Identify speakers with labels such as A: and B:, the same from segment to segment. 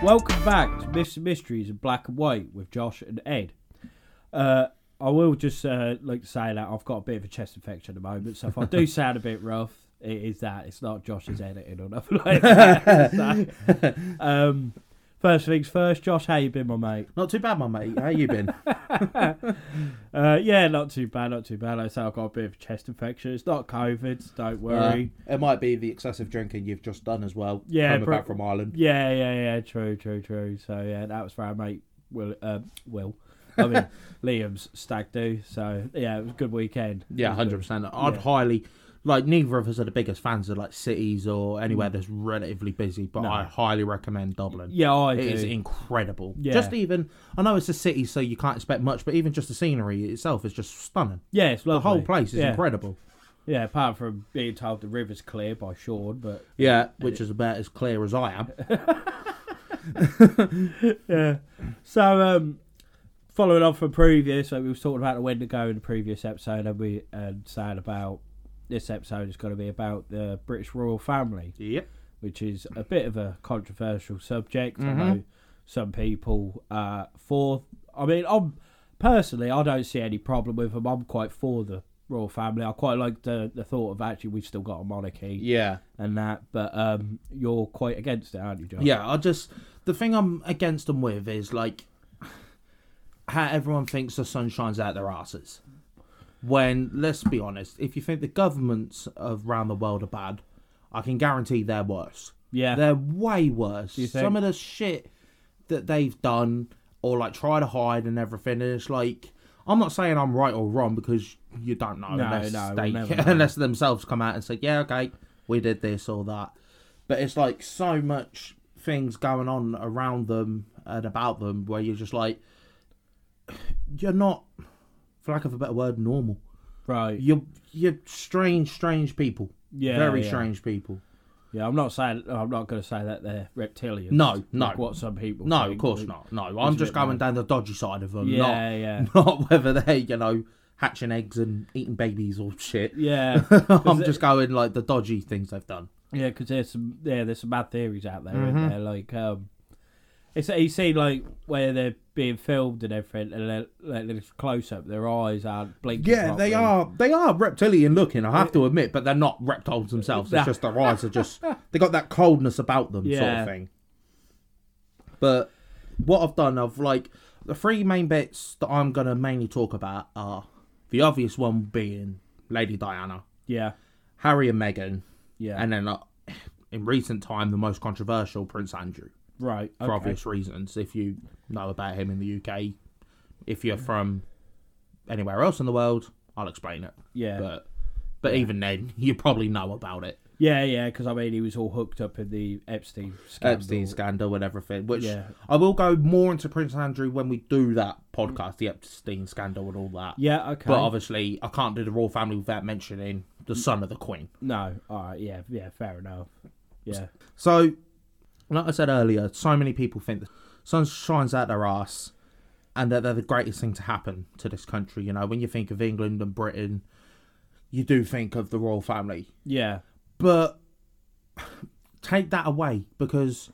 A: Welcome back to Myths and Mysteries and Black and White with Josh and Ed. Uh, I will just uh, like to say that I've got a bit of a chest infection at the moment, so if I do sound a bit rough, it is that. It's not Josh's editing or nothing like that. So, um, first things first, Josh, how you been, my mate?
B: Not too bad, my mate. How you been?
A: Uh, yeah, not too bad, not too bad. Like I say I've got a bit of a chest infection. It's not COVID, so don't worry.
B: Uh, it might be the excessive drinking you've just done as well.
A: Yeah,
B: coming
A: bro-
B: back from Ireland.
A: Yeah, yeah, yeah. True, true, true. So yeah, that was for our mate Will. Um, Will, I mean Liam's stag do. So yeah, it was a good weekend.
B: Yeah, hundred percent. I'd
A: Yeah.
B: highly like. Neither of us are the biggest fans of like cities or anywhere that's relatively busy, but I highly recommend Dublin.
A: Yeah, I
B: It is
A: do.
B: incredible.
A: Yeah.
B: Just even, I know it's a city, so you can't expect much, but even just the scenery itself is just stunning.
A: yeah, it's
B: The
A: lovely.
B: whole place is
A: yeah.
B: incredible.
A: Yeah, apart from being told the river's clear by Sean, but
B: Yeah, which is about as clear as I am.
A: yeah. So um, following on from previous, so we were talking about the Wendigo in the previous episode, and we and saying about this episode is going to be about the British royal family.
B: yep.
A: which is a bit of a controversial subject.
B: Mm-hmm.
A: I know some people are for. I mean, I'm personally, I don't see any problem with them. I'm quite for the royal family. I quite like the the thought of actually we've still got a monarchy
B: Yeah.
A: and that. But um, you're quite against it, aren't you, John?
B: Yeah, I just the thing I'm against them with is like how everyone thinks the sun shines out their asses. When let's be honest, if you think the governments of around the world are bad, I can guarantee they're worse.
A: Yeah.
B: they're way worse.
A: you think?
B: Some of the shit that they've done or like try to hide and everything, and it's like. I'm not saying I'm right or wrong because you don't know
A: No,
B: unless
A: no,
B: they,
A: we'll never know.
B: unless themselves come out and say, "Yeah, okay, we did this or that." But it's like so much things going on around them and about them where you're just like, you're not, for lack of a better word, normal.
A: Right.
B: You're you're strange, strange people.
A: Yeah,
B: very
A: yeah.
B: strange people.
A: Yeah. I'm not saying. I'm not going to say that they're reptilians.
B: No, no.
A: like what some people.
B: No,
A: think.
B: of course not. No, I'm
A: a
B: just
A: bit
B: going
A: mad.
B: down the dodgy side of them.
A: Yeah,
B: not,
A: yeah.
B: Not whether they're you know hatching eggs and eating babies or shit.
A: Yeah.
B: I'm just going like the dodgy things they've done.
A: Yeah, because there's some yeah, there's some bad theories out there,
B: Mm-hmm.
A: isn't there? Like, um, it's you see like where they're being filmed and everything, and they're, like this close up, their eyes aren't blinking.
B: Yeah, they
A: properly.
B: are. They are reptilian looking. I have to admit, but they're not reptiles themselves.
A: Nah.
B: It's just their eyes are just. They got that coldness about them, sort
A: Yeah.
B: of thing. But what I've done, I've like the three main bits that I'm gonna mainly talk about are the obvious one being Lady Diana,
A: Yeah,
B: Harry and Meghan,
A: yeah,
B: and then uh, in recent time the most controversial Prince Andrew
A: right.
B: for
A: Okay.
B: obvious reasons. If you know about him in the UK, if you're from anywhere else in the world, I'll explain it.
A: Yeah.
B: But but even then, you probably know about it.
A: Yeah, yeah, because I mean, he was all hooked up in the Epstein scandal.
B: Epstein scandal and everything. Which
A: Yeah.
B: I will go more into Prince Andrew when we do that podcast, the Epstein scandal and all that.
A: Yeah, okay.
B: But obviously, I can't do the royal family without mentioning the son of the Queen.
A: no, all right, yeah, yeah, fair enough. Yeah,
B: So, like I said earlier, so many people think the sun shines out their ass and that they're the greatest thing to happen to this country. You know, when you think of England and Britain, you do think of the royal family.
A: yeah,
B: But take that away because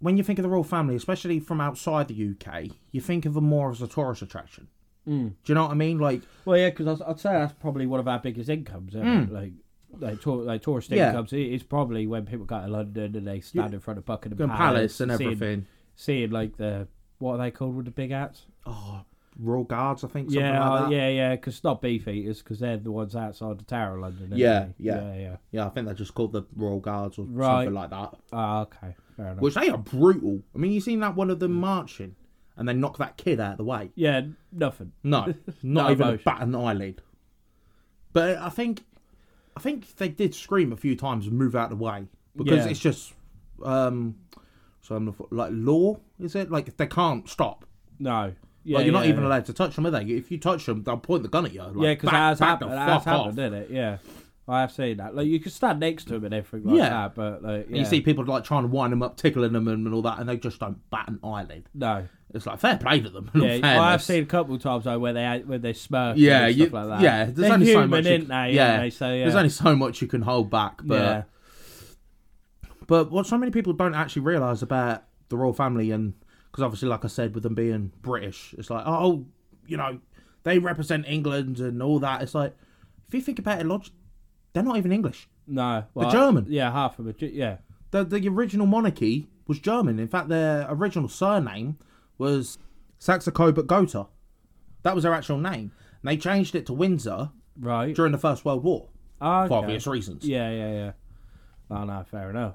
B: when you think of the royal family, especially from outside the UK, you think of them more as a tourist attraction. Mm. Do you know what I mean? Like,
A: well, yeah, because I'd say that's probably one of our biggest incomes, isn't it? like. Like, tour, like tourist
B: Hmm. Yeah.
A: incomes, it- it's probably when people go to London and they stand in front of Buckingham
B: Palace, Palace and
A: seeing
B: everything.
A: seeing like the what are they called with the big hats?
B: Oh, Royal Guards, I think. Something
A: yeah,
B: like that.
A: yeah, yeah. Because it's not beef eaters, because they're the ones outside the Tower of London. isn't
B: Yeah,
A: they?
B: yeah.
A: yeah, yeah.
B: Yeah, I think they're just called the Royal Guards or
A: Right.
B: something like that.
A: Ah, okay, fair enough.
B: Which they are brutal. I mean, you seen that one of
A: Mm.
B: them marching and they knock that kid out of the way.
A: yeah, nothing.
B: No, not
A: No
B: even a
A: emotion.
B: bat an eyelid. But I think, I think they did scream a few times and move out of the way because
A: Yeah.
B: it's just, um, so I'm not, like law is it? Like they can't stop.
A: No, Yeah,
B: like, you're not
A: yeah,
B: even
A: yeah.
B: allowed to touch them, are they? If you touch them, they'll point the gun at you. Like,
A: yeah, because
B: back-
A: ours
B: back the
A: happened. Ours
B: fuck off.
A: happened, didn't it? Yeah, I have seen that. Like you could stand next to him and everything like
B: Yeah.
A: that, but like
B: And
A: yeah.
B: You see people like trying to wind them up, tickling them, and, and all that, and they just don't bat an eyelid.
A: no.
B: It's like fair play to them. in all
A: Yeah, well, I've
B: fairness.
A: seen a couple of times though where they where they smirk.
B: Yeah,
A: and
B: you,
A: stuff like that.
B: yeah. There's
A: They're
B: only
A: human,
B: so much.
A: aren't
B: you,
A: they?
B: yeah,
A: aren't they? So yeah,
B: there's only so much you can hold back. But
A: yeah.
B: but what so many people don't actually realise about the royal family, and because obviously, like I said, with them being British, it's like oh, you know, they represent England and all that. It's like if you think about it, log- they're not even English.
A: No, well,
B: German.
A: Yeah, half of it. Yeah,
B: The, the original monarchy was German. In fact, their original surname was Saxe Coburg Gotha. That was their actual name. And they changed it to Windsor
A: right. Ah,
B: during the First World War
A: Okay.
B: for obvious reasons.
A: Yeah, yeah, yeah. No, no, fair enough.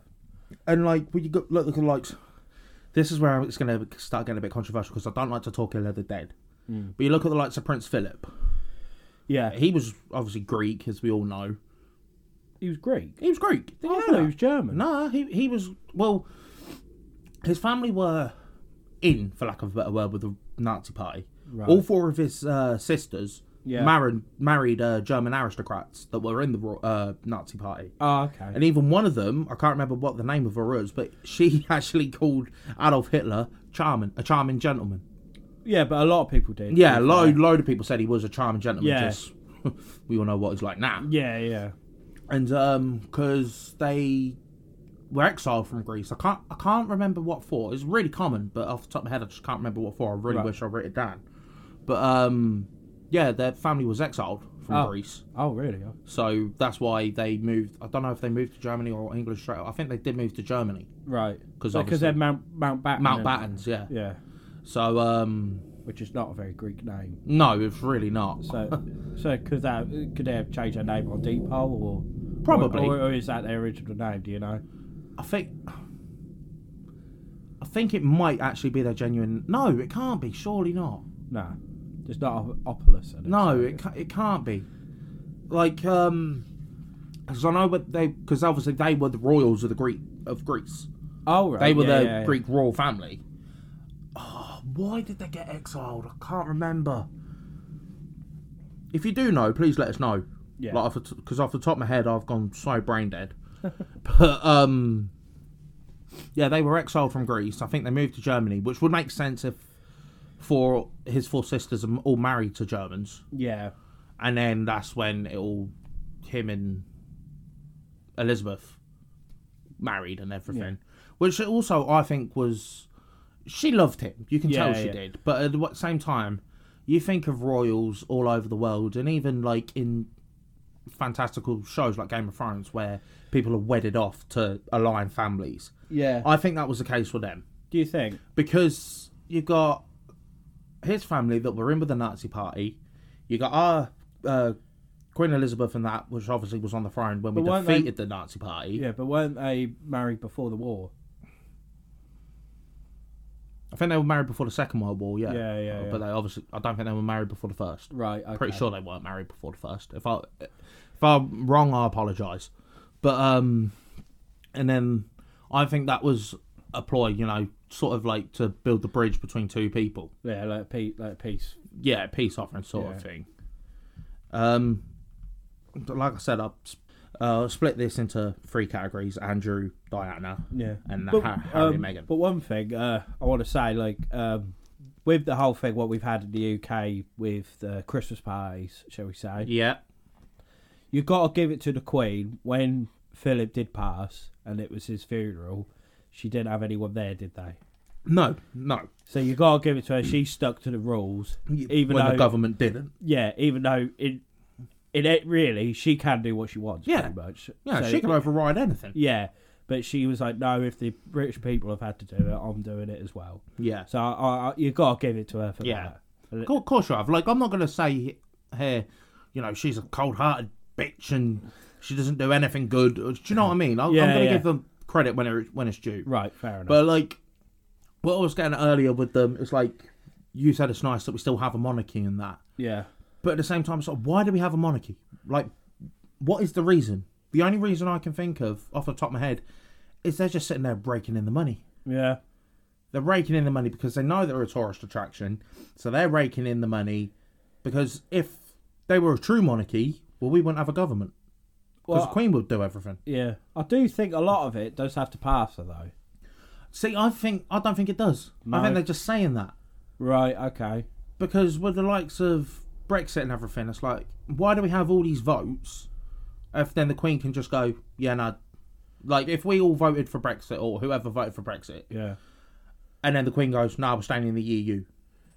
B: And like, when you go, look, look at like, this is where it's going to start getting a bit controversial because I don't like to talk ill of the dead.
A: Mm.
B: But you look at the likes of Prince Philip.
A: Yeah,
B: He was obviously Greek, as we all know.
A: he was Greek.
B: He was Greek. Did
A: I
B: you know
A: thought he
B: that?
A: was German.
B: Oh, No, he he was well. His family were in, for lack of a better word, with the Nazi Party.
A: Right.
B: All four of his uh, sisters
A: Yeah.
B: married married uh, German aristocrats that were in the ro- uh, Nazi Party.
A: Oh, okay.
B: And even one of them, I can't remember what the name of her was, but she actually called Adolf Hitler charming, a charming gentleman.
A: Yeah, but a lot of people did.
B: Yeah, a load, load of people said he was a charming gentleman.
A: Yeah.
B: Just, we all know what he's like now.
A: Yeah, yeah.
B: and um because they were exiled from Greece. I can't I can't remember what for. It's really common, but off the top of my head, I just can't remember what for. I really
A: Right.
B: wish I wrote it down. But um yeah, their family was exiled from
A: Oh.
B: Greece,
A: Oh, really? Oh,
B: so that's why they moved. I don't know if they moved to Germany or England straight. I think they did move to Germany.
A: Right.
B: 'Cause
A: because
B: obviously-
A: they're Mount Mount Batten.
B: Mount
A: and-
B: Battens, yeah.
A: Yeah,
B: So um
A: which is not a very Greek name.
B: no, it's really not.
A: So, so could that could they have changed their name on Depol or
B: Probably.
A: or, or is that their original name? Do you know?
B: I think. I think it might actually be their genuine. No, it can't be. Surely not.
A: No, it's not Opolis. in it,
B: No,
A: so-
B: it ca- it can't be. Like, um, because I know what they because obviously they were the royals of the Greek of Greece.
A: Oh, right.
B: They were
A: yeah,
B: the
A: yeah, yeah.
B: Greek royal family. Oh, why did they get exiled? I can't remember. If you do know, please let us know.
A: Yeah.
B: Like, because off the top of my head, I've gone so brain dead. but um, yeah, they were exiled from Greece. I think they moved to Germany, which would make sense if for his four sisters are all married to Germans
A: Yeah.
B: and then that's when it all him and Elizabeth married and everything, which also I think was she loved him. You can
A: Yeah,
B: tell she
A: yeah.
B: did, but at the same time, you think of royals all over the world, and even like in fantastical shows like Game of Thrones, where people are wedded off to align families.
A: Yeah.
B: I think that was the case for them
A: Do you think?
B: because you've got his family that were in with the Nazi party. You got our uh, Queen Elizabeth and that, which obviously was on the throne when we
A: But weren't they-
B: defeated the Nazi party.
A: Yeah, but weren't they married before the war?
B: I think they were married before the Second World War. Yeah,
A: Yeah, yeah,
B: Uh,
A: yeah.
B: But they obviously, I don't think they were married before the first.
A: Right. Okay.
B: Pretty sure they weren't married before the first. If I if I'm wrong, I apologise. But um, and then I think that was a ploy, you know, sort of like to build the bridge between two people.
A: Yeah, like peace. Like peace.
B: yeah, peace offering sort
A: Yeah.
B: of thing. Um, but like I said, I uh, split this into three categories: Andrew, Diana,
A: Yeah.
B: and
A: But,
B: Har- Harry,
A: um,
B: and Meghan.
A: But one thing uh, I want to say, like, um, with the whole thing, what we've had in the UK with the Christmas parties, shall we say,
B: Yeah,
A: you got to give it to the Queen. When Philip did pass and it was his funeral, she didn't have anyone there, did they?
B: no, no,
A: So you got to give it to her. She stuck to the rules, even
B: when
A: though,
B: the government didn't.
A: yeah, even though it, it, it really she can do what she wants,
B: Yeah.
A: pretty much.
B: Yeah,
A: So-
B: she can override anything.
A: yeah. But she was like, no, if the British people have had to do it, I'm doing it as well.
B: Yeah,
A: So I, I, I- you got to give it to her for
B: Yeah.
A: that.
B: of cour- course you have. Like, I'm not gonna say here, you know, she's a cold-hearted bitch and she doesn't do anything good. Do you know what I mean? I,
A: Yeah,
B: I'm gonna
A: yeah.
B: give them credit when it, when it's due.
A: Right, fair enough.
B: But like, what I was getting at earlier with them, it's like you said it's nice that we still have a monarchy and that.
A: yeah,
B: But at the same time, it's like, why do we have a monarchy? Like, what is the reason? The only reason I can think of off the top of my head is they're just sitting there breaking in the money.
A: yeah,
B: They're raking in the money because they know they're a tourist attraction, so they're raking in the money because if they were a true monarchy, well, we wouldn't have a government because
A: Well,
B: the Queen would do everything.
A: yeah, I do think a lot of it does have to pass her though.
B: See, I think I don't think it does.
A: No.
B: I think they're just saying that
A: Right. Okay.
B: because with the likes of Brexit and everything, it's like, why do we have all these votes if then the Queen can just go, yeah, no. Like if we all voted for Brexit or whoever voted for Brexit,
A: Yeah.
B: and then the Queen goes, no, we're staying in the EU.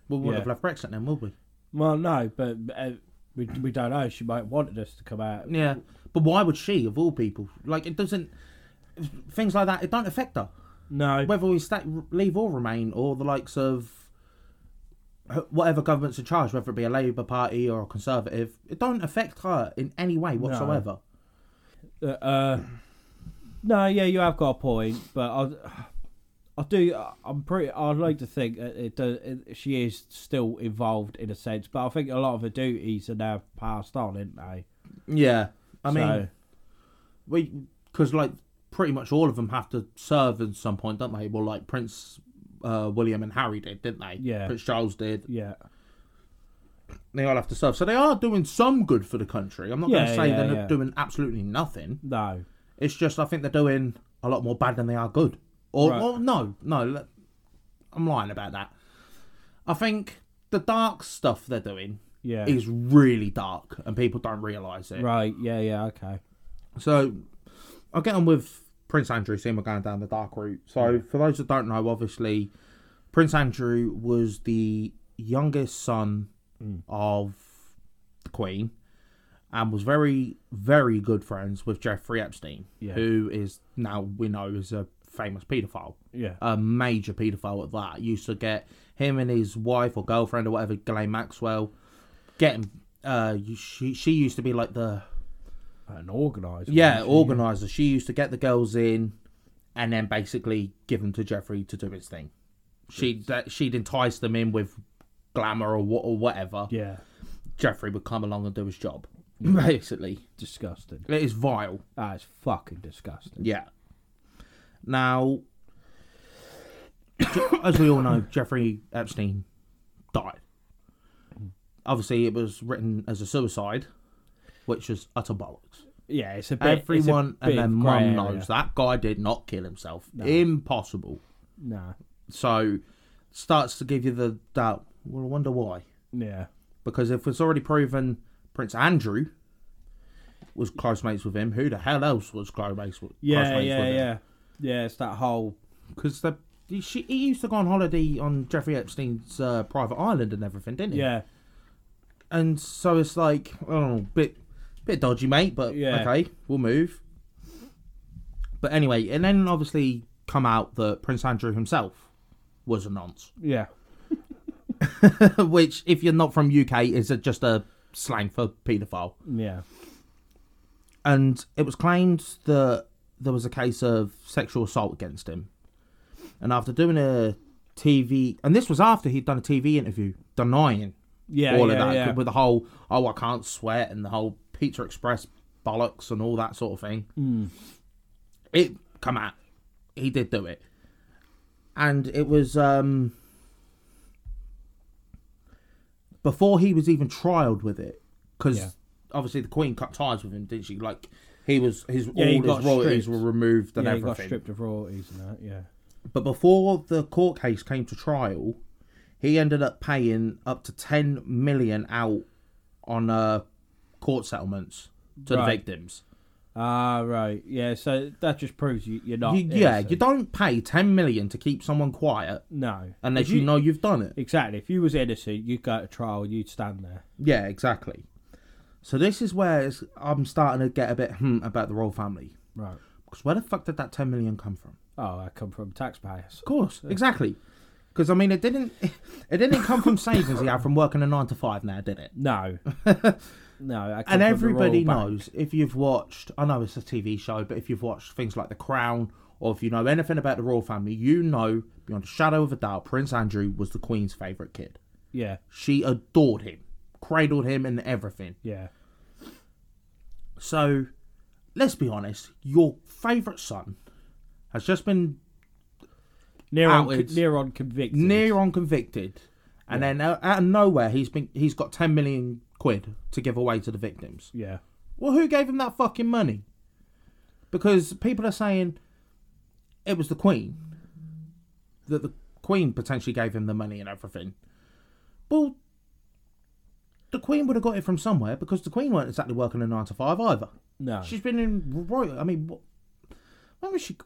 B: We wouldn't
A: Yeah.
B: have left Brexit then, would we?
A: Well, no, but uh, we we don't know. She might have wanted us to come out.
B: Yeah, but why would she, of all people? Like, it doesn't. Things like that, it don't affect her.
A: No.
B: Whether we stay, leave or remain, or the likes of h- whatever government's in charge, whether it be a Labour Party or a Conservative, it don't affect her in any way whatsoever.
A: uh, uh, no, yeah, you have got a point, but I, I do. I'm pretty. I'd like to think that it does. It, she is still involved in a sense, but I think a lot of her duties are now passed on, aren't they?
B: Yeah, I
A: So,
B: mean, we because like pretty much all of them have to serve at some point, don't they? Well, like Prince uh, William and Harry did, didn't they?
A: Yeah.
B: Prince Charles did.
A: yeah,
B: They all have to serve, so they are doing some good for the country. I'm not
A: Yeah,
B: going to say
A: yeah,
B: they're
A: yeah.
B: not doing absolutely nothing.
A: no,
B: It's just I think they're doing a lot more bad than they are good. Or,
A: Right.
B: or no, no, le- I'm lying about that. I think the dark stuff they're doing
A: yeah,
B: is really dark, and people don't realise it.
A: right, yeah, yeah, okay,
B: So I'll get on with Prince Andrew, seeing we're going down the dark route. So for those that don't know, obviously Prince Andrew was the youngest son of the Queen and was very, very good friends with Jeffrey Epstein,
A: Yeah.
B: who is now we know is a famous paedophile.
A: yeah,
B: A major paedophile at that. Used to get him and his wife or girlfriend or whatever, Ghislaine Maxwell, getting uh she she used to be like the
A: an organised,
B: yeah,
A: one, she-
B: organizer. She used to get the girls in, and then basically give them to Jeffrey to do his thing. She that she'd entice them in with glamour or what or whatever.
A: yeah,
B: Jeffrey would come along and do his job. Basically,
A: disgusting.
B: it is vile.
A: That is fucking disgusting.
B: Yeah. Now, as we all know, Jeffrey Epstein died. Mm. Obviously, it was written as a suicide, which is utter bollocks.
A: Yeah, it's a bit,
B: Everyone
A: it's a
B: and
A: bit
B: their
A: of grey
B: mum
A: area.
B: knows that guy did not kill himself. Impossible.
A: Nah,
B: So starts to give you the doubt. Well, I wonder why.
A: yeah,
B: Because if it's already proven Prince Andrew was close mates with him, who the hell else was close mates with?
A: yeah,
B: close mates
A: yeah,
B: with
A: yeah, yeah. It's that whole
B: Because the he- she, he used to go on holiday on Jeffrey Epstein's uh, private island and everything, didn't he?
A: yeah,
B: And so it's like, oh, bit, bit dodgy, mate. But
A: Yeah.
B: okay, we'll move. But anyway, and then obviously come out that Prince Andrew himself was a nonce,
A: yeah.
B: which, if you're not from UK, is a, just a slang for paedophile.
A: Yeah.
B: And it was claimed that there was a case of sexual assault against him. And after doing a TV, and this was after he'd done a TV interview denying
A: Yeah.
B: all
A: yeah,
B: of that
A: Yeah.
B: with the whole oh I can't sweat and the whole Pizza Express bollocks and all that sort of thing.
A: Hmm.
B: It come out. He did do it, and it was um before he was even trialed with it because
A: Yeah.
B: obviously the Queen cut ties with him, didn't she? Like he was his
A: Yeah, he
B: all
A: got
B: his royalties
A: stripped.
B: were removed and
A: yeah, he got
B: everything.
A: stripped of royalties and that. Yeah.
B: But before the court case came to trial, he ended up paying up to ten million out on uh, court settlements to the
A: Right.
B: victims.
A: Ah, right. Yeah. So that just proves you, you're not.
B: You- yeah,
A: innocent.
B: you don't pay ten million to keep someone quiet
A: No.
B: unless
A: If
B: you, know you've done it.
A: Exactly. If you was innocent, you'd go to trial. You'd stand there.
B: Yeah, exactly. So this is where it's, I'm starting to get a bit hmm about the royal family
A: Right.
B: because where the fuck did that ten million come from?
A: Oh, I come from taxpayers.
B: Of course, exactly. Because I mean, it didn't it didn't come from savings he had from working a nine to five now, did it?
A: No. no. I come
B: and
A: from the
B: everybody
A: Royal Bank.
B: knows if you've watched i know it's a tv show but if you've watched things like the crown or if you know anything about the royal family you know beyond a shadow of a doubt prince andrew was the queen's favourite kid
A: Yeah.
B: she adored him cradled him and everything
A: Yeah.
B: so let's be honest your favourite son has just been
A: near on,
B: outed.
A: near on convicted.
B: near on convicted, and then out, out of nowhere he's been he's got ten million quid to give away to the victims.
A: Yeah.
B: Well, who gave him that fucking money? Because people are saying it was the Queen that the Queen potentially gave him the money and everything. Well, the Queen would have got it from somewhere because the Queen weren't exactly working a nine to five either.
A: No.
B: She's been in royal. I mean, what, when was she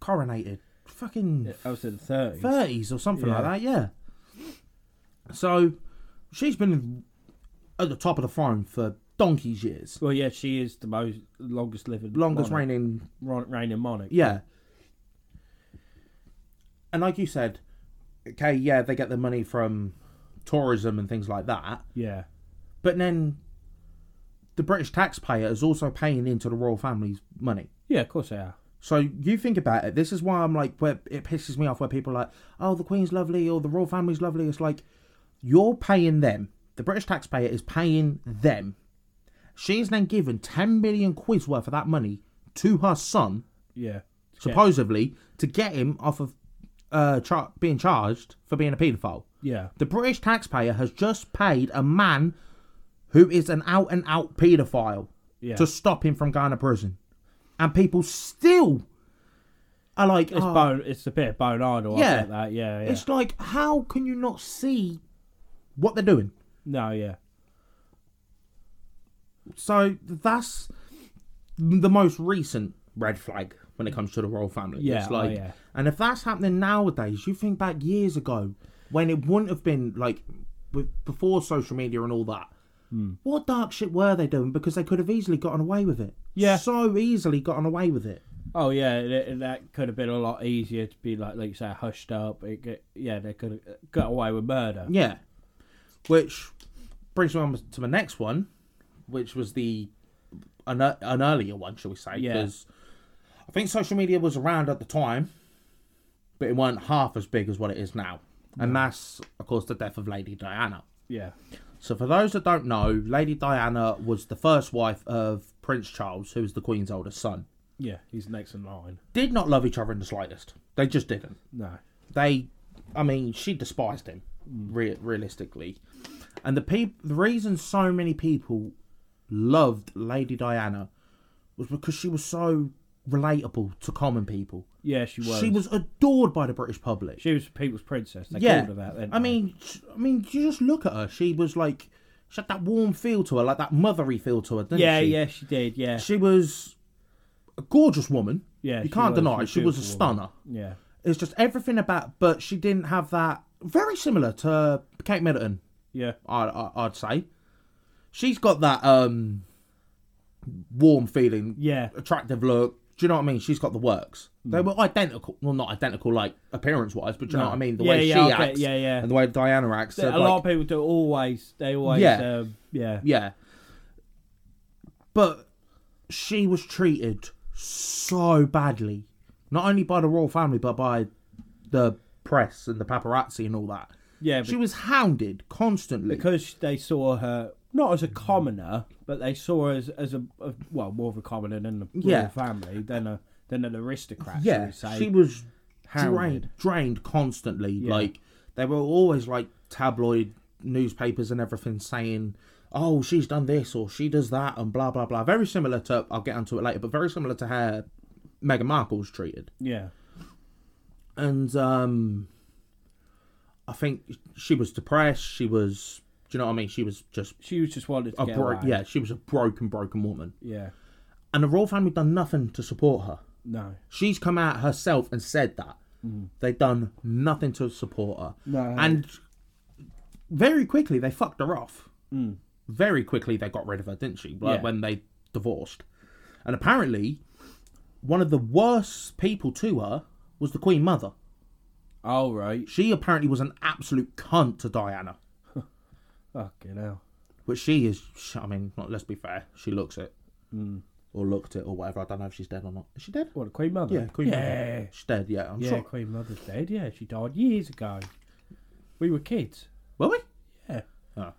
B: coronated? Fucking
A: I was in the 30s.
B: thirties or something
A: Yeah.
B: like that. Yeah. So she's been at the top of the throne for donkey's years,
A: Well, yeah, she is the most longest living,
B: longest
A: monarch,
B: reigning.
A: reign, reigning monarch.
B: Yeah. And like you said, okay, yeah, they get the money from tourism and things like that,
A: yeah,
B: but then the British taxpayer is also paying into the royal family's money.
A: yeah. Of course they are.
B: So you think about it. This is why I'm like, where it pisses me off, where people are like, oh, the Queen's lovely or the royal family's lovely. It's like you're paying them. The British taxpayer is paying them. She's then given ten million quid's worth of that money to her son,
A: Yeah,
B: supposedly, to get him off of uh, char- being charged for being a paedophile.
A: yeah,
B: The British taxpayer has just paid a man who is an out and out paedophile
A: yeah.
B: to stop him from going to prison. And people still are like,
A: it's
B: "Oh,
A: bone. It's a bit of bone idol. Yeah,
B: Yeah.
A: like that. Yeah, yeah.
B: it's like, how can you not see what they're doing?
A: No, yeah,
B: So that's the most recent red flag when it comes to the royal family.
A: Yeah,
B: It's
A: oh,
B: like,
A: yeah.
B: and if that's happening nowadays, you think back years ago when it wouldn't have been like with, before social media and all that.
A: Hmm.
B: What dark shit were they doing? Because they could have easily gotten away with it.
A: Yeah.
B: so easily gotten away with it.
A: oh yeah. and it- and that could have been a lot easier to be like, like you say, hushed up. It, get- yeah, they could have got away with murder.
B: Yeah. Which brings me on to my next one, which was the an, an earlier one, shall we say?
A: Yeah.
B: Because I think social media was around at the time, but it weren't half as big as what it is now. And that's, of course, the death of Lady Diana.
A: Yeah,
B: So, for those that don't know, Lady Diana was the first wife of Prince Charles, who was the Queen's oldest son.
A: yeah. He's next in line.
B: Did not love each other in the slightest. They just didn't
A: No.
B: they i mean she despised him re- realistically and the peop- the reason so many people loved lady diana was because she was so relatable to common people
A: Yeah, she was.
B: she was adored by the british public
A: She was people's princess. They
B: yeah
A: called her that. didn't
B: i
A: they?
B: mean sh- i mean you just look at her she was like she had that warm feel to her like that mothery feel to her didn't
A: yeah,
B: she
A: yeah, she did. Yeah,
B: she was a gorgeous woman
A: Yeah,
B: you
A: she
B: can't
A: was.
B: deny
A: She
B: it.
A: was
B: she was a
A: beautiful
B: stunner
A: yeah,
B: it's just everything about, but she didn't have that. Very similar to Kate Middleton,
A: yeah,
B: I, I, I'd say. She's got that um warm feeling,
A: yeah. Mm.
B: attractive look. Do you know what I mean? She's got the works. They were identical, well, not identical like appearance wise, but do you know
A: No.
B: what I mean? The
A: Yeah,
B: way
A: yeah,
B: she
A: I get-
B: acts,
A: yeah, yeah.
B: and the way Diana acts.
A: A
B: they're
A: lot of
B: like-
A: people do always. They always.
B: Yeah.
A: Um, yeah.
B: yeah. But she was treated so badly, not only by the royal family, but by the press and the paparazzi and all that.
A: Yeah,
B: She was hounded constantly.
A: because they saw her not as a commoner, but they saw her as, as a, a well more of a commoner than the royal
B: Yeah.
A: family than a than an aristocrat. shall
B: yeah,
A: we say.
B: she was
A: Hounded.
B: drained, drained constantly. Like they were always like tabloid newspapers and everything saying, "Oh, she's done this or she does that," and blah blah blah. Very similar to I'll get onto it later, but very similar to how Meghan Markle was treated.
A: yeah,
B: and um I think she was depressed. She was, do you know what I mean? She was just
A: she was just wanted to
B: a
A: get
B: bro-
A: away.
B: yeah, she was a broken, broken woman.
A: yeah,
B: And the royal family done nothing to support her.
A: no,
B: She's come out herself and said that they done nothing to support her.
A: Mm. No.
B: and very quickly they fucked her off. Very quickly they got rid of her, didn't she? Like
A: Mm. Yeah.
B: when they divorced, and apparently one of the worst people to her was the Queen Mother.
A: all right,
B: She apparently was an absolute cunt to Diana,
A: fucking hell,
B: which she is. sh- I mean, not, let's be fair. She looks it, or looked it, or whatever. I don't know if she's dead or not. Is she dead?
A: what a queen mother.
B: Yeah, Queen
A: yeah,
B: Mother. She's dead. Yeah, I'm
A: yeah.
B: sure.
A: Queen mother's dead. Yeah, she died years ago. We were kids.
B: Were we?
A: Yeah.
B: Oh.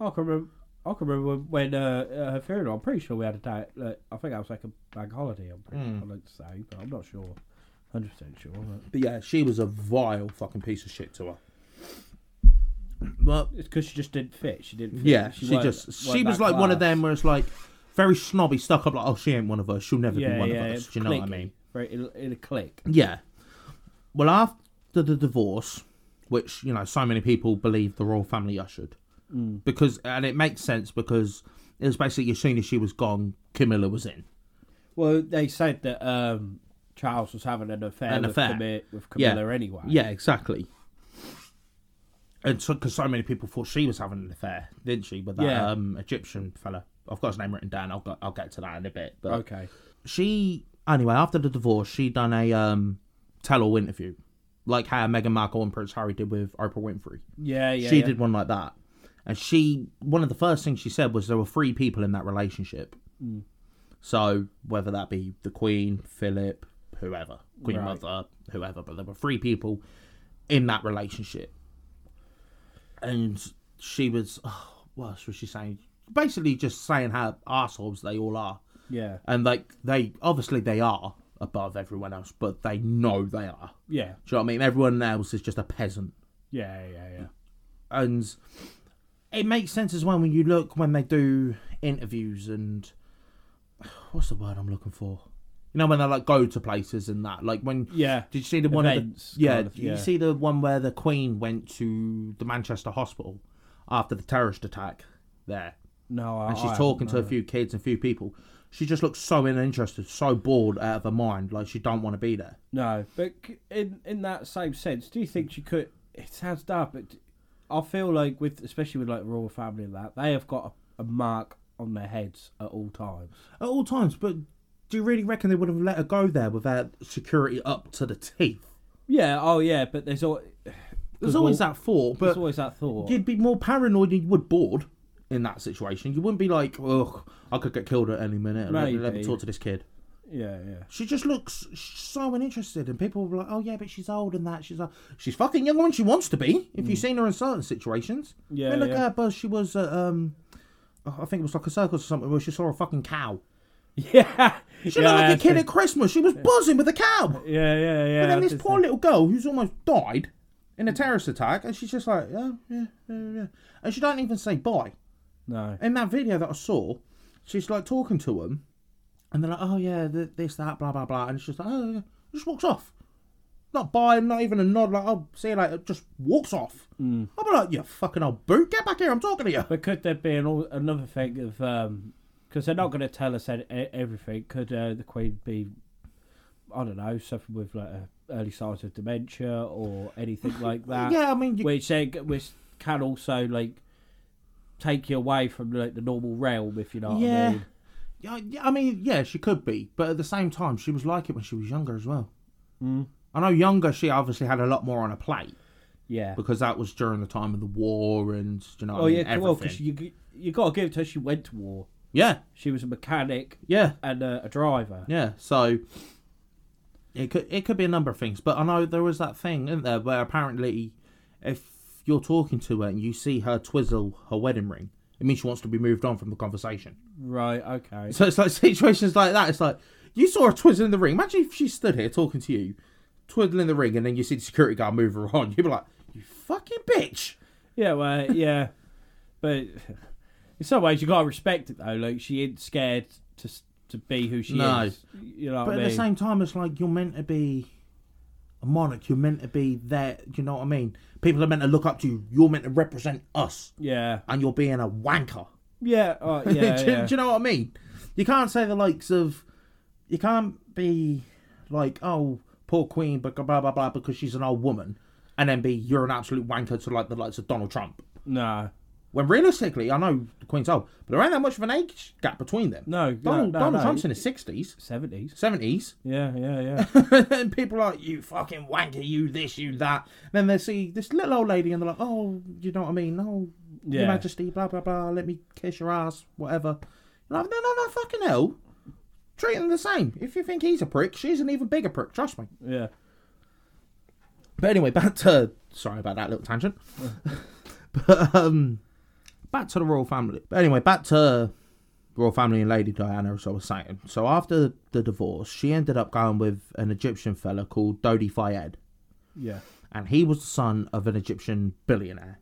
A: I can remember. I can remember when uh, uh, her funeral.
B: Hmm.
A: I'm pretty sure we had a day. Like, I think I was like a bank holiday. I'm pretty, I'd like to say, but I'm not sure. Hundred percent sure. But
B: But yeah, she was a vile fucking piece of shit to her. But
A: it's because she just didn't fit. She didn't. Fit.
B: yeah, she,
A: weren't-
B: just
A: weren't
B: she was
A: that
B: like one of
A: class.
B: them where it's like very snobby, stuck up like, oh, she ain't one of us. She'll never be
A: Yeah,
B: one
A: yeah.
B: of us.
A: it's
B: Do you know what I
A: clicky.
B: mean?
A: Very, it'll, it'll click.
B: Yeah. Well, after the divorce, which you know, so many people believe the royal family ushered,
A: Mm.
B: because and it makes sense because it was basically as soon as she was gone, Camilla was in.
A: Well, they said that um, Charles was having an affair,
B: An
A: with,
B: affair.
A: Cami- with
B: Yeah.
A: Camilla anyway.
B: Yeah, exactly. And because so, many people thought she was having an affair, didn't she, with that
A: Yeah.
B: um, Egyptian fella? I've got his name written down. I'll go, I'll get to that in a bit. But
A: Okay.
B: she anyway after the divorce she done a um tell-all interview like how meghan markle and prince harry did with oprah winfrey
A: Yeah, yeah.
B: she
A: yeah.
B: did one like that and she one of the first things she said was there were three people in that relationship
A: Mm.
B: so whether that be the queen philip whoever queen
A: Right.
B: mother whoever but there were three people in that relationship and she was oh, what else was she saying basically just saying how assholes they all are
A: Yeah,
B: and like they obviously they are above everyone else, but they know they are.
A: yeah,
B: Do you know what I mean? Everyone else is just a peasant,
A: yeah, yeah, yeah.
B: and it makes sense as well when you look when they do interviews and what's the word I'm looking for? You know when they like go to places and that, like when
A: Yeah.
B: Did you see the one? of the-
A: Events,
B: yeah,
A: kind of,
B: did
A: yeah.
B: you see the one where the Queen went to the Manchester hospital after the terrorist attack there?
A: No, I,
B: and she's
A: Oh, I
B: talking to a
A: haven't,
B: few kids and a few people. She just looks so uninterested, so bored out of her mind, like she don't want to be there.
A: No, No, but c- in in that same sense, do you think she could? It sounds daft, but I feel like with especially with like the royal family and that they have got a, a mark on their heads at all times.
B: At all times, but do you really reckon they would have let her go there without security up to the teeth?
A: Yeah. Oh, yeah. But there's al-
B: There's
A: Well,
B: always that thought,
A: there's
B: but
A: always that thought.
B: you'd be more paranoid than you would bored in that situation. You wouldn't be like, oh, I could get killed at any minute. Let me, let me
A: Maybe.
B: talk to this kid.
A: Yeah, yeah.
B: She just looks so uninterested, and people were like, "Oh yeah, but she's old and that. She's uh, she's fucking young when she wants to be. If you've seen her in certain situations,
A: Hmm. Yeah,
B: I mean, look
A: yeah.
B: at her. But she was, uh, um, I think it was like a circus or something where she saw a fucking cow.
A: Yeah.
B: She
A: yeah,
B: looked
A: I
B: like a kid
A: think-
B: at Christmas. She was buzzing with a cow.
A: Yeah, yeah, yeah.
B: and then
A: I
B: this
A: think
B: poor little girl who's almost died in a terrorist attack, and she's just like, yeah, yeah, yeah, yeah, and she don't even say
A: so.
B: bye
A: No.
B: in that video that I saw, she's like talking to him, and they're like, "Oh yeah, th- this, that, blah, blah, blah," and she's just like, "Oh," yeah. just walks off, not by him, not even a nod, like, "Oh, see you later," just walks off. Mm. I'm like, "You fucking old boot, get back here! I'm talking to you."
A: But could there be an, al- another thing of um because they're not going to tell us an- e- everything? Could uh, the Queen be, I don't know, suffering with like uh, early signs of dementia or anything like that?
B: yeah, I mean, you,
A: which they, g- which can also like take you away from like the normal realm, if you know what I
B: Yeah.
A: mean.
B: yeah, yeah, I mean, yeah, she could be, but at the same time, she was like it when she was younger as well.
A: Mm.
B: I know younger, she obviously had a lot more on her plate
A: Yeah.
B: because that was during the time of the war and do you know, what I
A: Oh
B: mean,
A: yeah, well, because
B: everything.
A: you g- you got to give it to her. She went to war.
B: yeah,
A: She was a mechanic
B: yeah.
A: and uh, a driver.
B: Yeah, so it could it could be a number of things, but I know there was that thing, isn't there, where apparently if you're talking to her and you see her twizzle her wedding ring, it means she wants to be moved on from the conversation.
A: Right. Okay.
B: So it's like situations like that. It's like you saw her twizzling the ring. Imagine if she stood here talking to you, twiddling the ring, and then you see the security guard move her on. You'd be like, "You fucking bitch."
A: Yeah, well, yeah, but in some ways you gotta respect it though. Like she ain't scared to s- to be who she
B: No.
A: is. You know what
B: But
A: I
B: at
A: mean?
B: the same time, it's like you're meant to be a monarch. You're meant to be there. You know what I mean? People are meant to look up to you. You're meant to represent us,
A: yeah,
B: and you're being a wanker.
A: yeah, uh,
B: Do-
A: yeah,
B: do,
A: yeah.
B: you know what I mean? You can't say the likes of. You can't be like, oh, poor queen, but blah blah blah, because she's an old woman, and then be you're an absolute wanker to like the likes of Donald Trump.
A: no,
B: When realistically, I know the queen's old, but there ain't that much of an age gap between them.
A: No, no,
B: Donald,
A: no,
B: Donald
A: no.
B: Trump's in his sixties,
A: seventies.
B: seventies.
A: Yeah, yeah, yeah.
B: and people are like, you fucking wanker, you this, you that. And then they see this little old lady and they're like, oh, you know what I mean? No,
A: Yeah.
B: Your Majesty, blah, blah, blah. Let me kiss your ass, whatever. You're like, no, no, no, fucking hell. Treat him the same. If you think he's a prick, she's an even bigger prick. Trust me.
A: yeah.
B: But anyway, back to sorry about that little tangent. but um, back to the royal family. But anyway, back to royal family and Lady Diana, as I was saying. So after the divorce, she ended up going with an Egyptian fella called Dodi Fayed,
A: Yeah.
B: and he was the son of an Egyptian billionaire.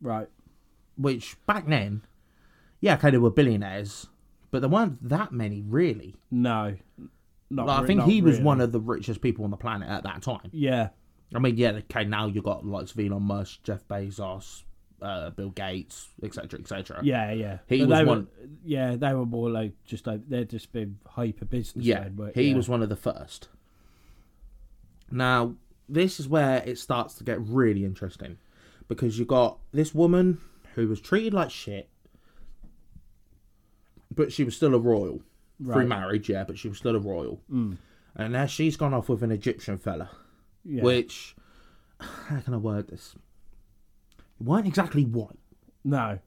A: Right.
B: Which back then, yeah, okay, they were billionaires, but there weren't that many really.
A: No. Not
B: Like, I
A: re-
B: think
A: not
B: he was
A: really.
B: one of the richest people on the planet at that time.
A: Yeah.
B: I mean, yeah, okay, now you've got likes of Elon Musk, Jeff Bezos, uh, Bill Gates, etc., etc.
A: Yeah. Yeah.
B: He
A: But
B: was
A: they were-
B: one-
A: yeah, they were more like just like they're just been hyper business.
B: yeah, he was one of the first. Now, this is where it starts to get really interesting because you got this woman who was treated like shit, but she was still a royal through
A: Right. Mm.
B: marriage, yeah, but she was still a royal. And now she's gone off with an Egyptian fella,
A: Yeah.
B: which, how can I word this? weren't exactly white.
A: No.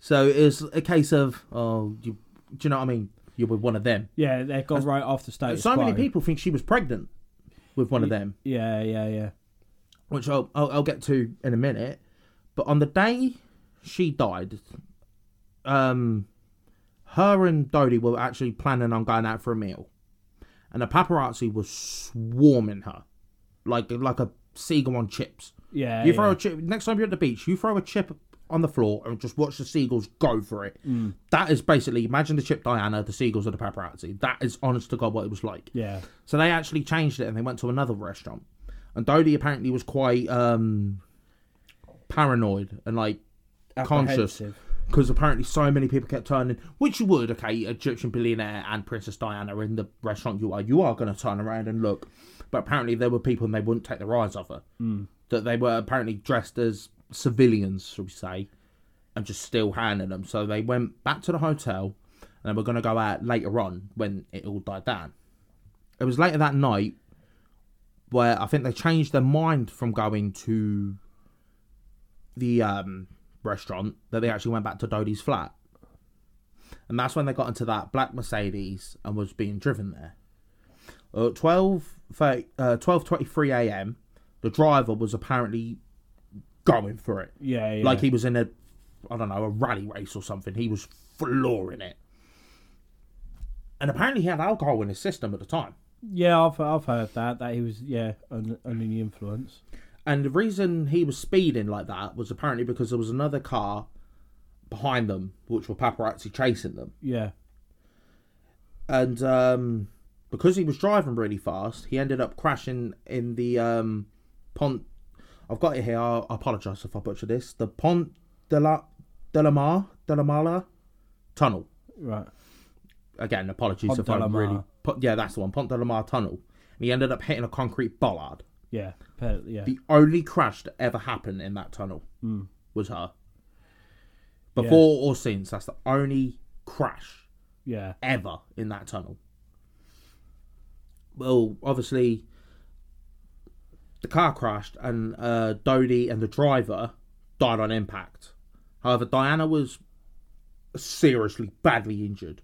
B: So it was a case of, oh, you, do you know what I mean? You're with one of them.
A: Yeah, they've gone right off the status
B: so many
A: quo.
B: people think she was pregnant with one of them,
A: Yeah. Yeah. Yeah.
B: which I'll, I'll, I'll get to in a minute. But on the day she died, um, her and Dodie were actually planning on going out for a meal, and the paparazzi was swarming her, like like a seagull on chips.
A: Yeah.
B: You
A: yeah.
B: throw a chip next time you're at the beach. You throw a chip on the floor and just watch the seagulls go for it.
A: Mm.
B: That is basically imagine the chip Diana, the seagulls, are the paparazzi. That is honest to god what it was like.
A: Yeah.
B: So they actually changed it and they went to another restaurant. And Dodie apparently was quite um, paranoid and like conscious
A: Apprehensive.
B: because apparently so many people kept turning, which you would, okay, Egyptian billionaire and Princess Diana in the restaurant you are, you are going to turn around and look. But apparently there were people and they wouldn't take their eyes off her. Mm. That they were apparently dressed as civilians, shall we say, and just still handing them. So they went back to the hotel and they were going to go out later on when it all died down. It was later that night where I think they changed their mind from going to the um, restaurant that they actually went back to Dodie's flat. And that's when they got into that black Mercedes and was being driven there. At 12, uh, 12.23 a.m., the driver was apparently going for it.
A: Yeah. Yeah.
B: Like he was in a, I don't know, a rally race or something. He was flooring it. And apparently he had alcohol in his system at the time.
A: Yeah, I've I've heard that that he was yeah un, under the influence.
B: And the reason he was speeding like that was apparently because there was another car behind them, which were paparazzi chasing them.
A: Yeah,
B: And um, because he was driving really fast, he ended up crashing in the um, Pont. I've got it here. I apologise if I butcher this. The Pont de la de la Mar de la Mala tunnel.
A: right.
B: Again, apologies
A: Pont
B: if
A: de la
B: I'm
A: Mar.
B: really. Pont- Yeah, that's the one. Pont de la Mar tunnel. And he ended up hitting a concrete bollard.
A: Yeah, per, yeah,
B: the only crash that ever happened in that tunnel was her. Before or since, that's the only crash
A: yeah,
B: ever in that tunnel. Well, obviously, the car crashed and uh, Dodie and the driver died on impact. However, Diana was seriously badly injured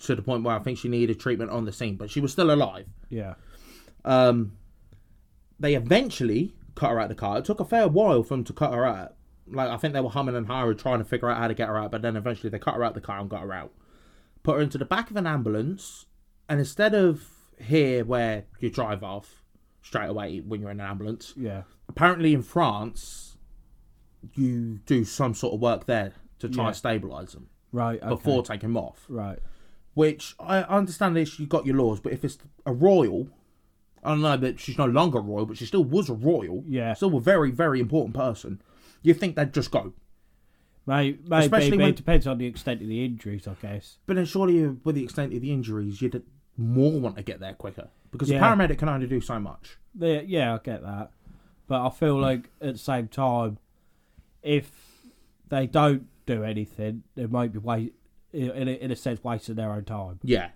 B: to the point where I think she needed treatment on the scene, but she was still alive.
A: yeah,
B: Um, they eventually cut her out of the car. It took a fair while for them to cut her out. Like I think they were humming and hawing trying to figure out how to get her out, but then eventually they cut her out of the car and got her out. Put her into the back of an ambulance, and instead of here where you drive off straight away when you're in an ambulance,
A: yeah,
B: apparently in France, you do some sort of work there to try
A: Yeah.
B: and stabilise them
A: right. Okay.
B: before taking them off
A: right.
B: which I understand this, you got your laws, but if it's a royal, I don't know, but she's no longer royal, but she still was a royal.
A: Yeah.
B: Still a very, very important person. You think they'd just go.
A: May, maybe,
B: Especially
A: but
B: when-
A: it depends on the extent of the injuries, I guess.
B: But then surely uh, with the extent of the injuries, you'd more want to get there quicker. Because
A: Yeah.
B: the paramedic can only do so much.
A: Yeah, yeah, I get that, but I feel like at the same time, if they don't do anything, they might be wa- in a, in a sense wasting their own time.
B: Yeah.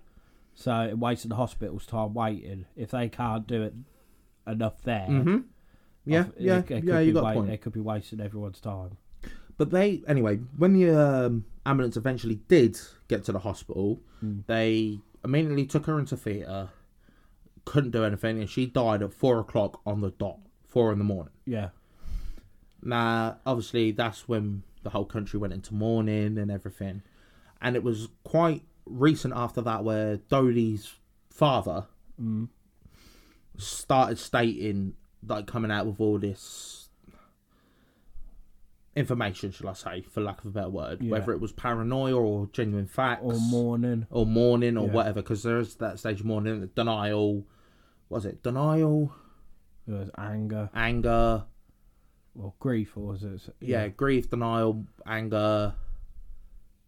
A: So wasting the hospital's time waiting if they can't do it enough there.
B: Mm-hmm. Yeah.
A: it-
B: yeah.
A: it could
B: yeah,
A: be
B: you got
A: wa-
B: a point.
A: It could be wasting everyone's time.
B: But they, anyway, when the um, ambulance eventually did get to the hospital, they immediately took her into theatre, couldn't do anything, and she died at four o'clock on the dot, four in the morning.
A: Yeah,
B: Now, obviously, that's when the whole country went into mourning and everything. And it was quite recent after that where Dodie's father
A: Mm.
B: started stating like coming out with all this information, shall I say, for lack of a better word,
A: Yeah.
B: whether it was paranoia or genuine facts
A: or morning.
B: or mourning or
A: Yeah.
B: whatever, because there is that stage of mourning, denial. Was it denial,
A: There was anger
B: anger?
A: or grief, or was it?
B: Yeah, grief, denial, anger.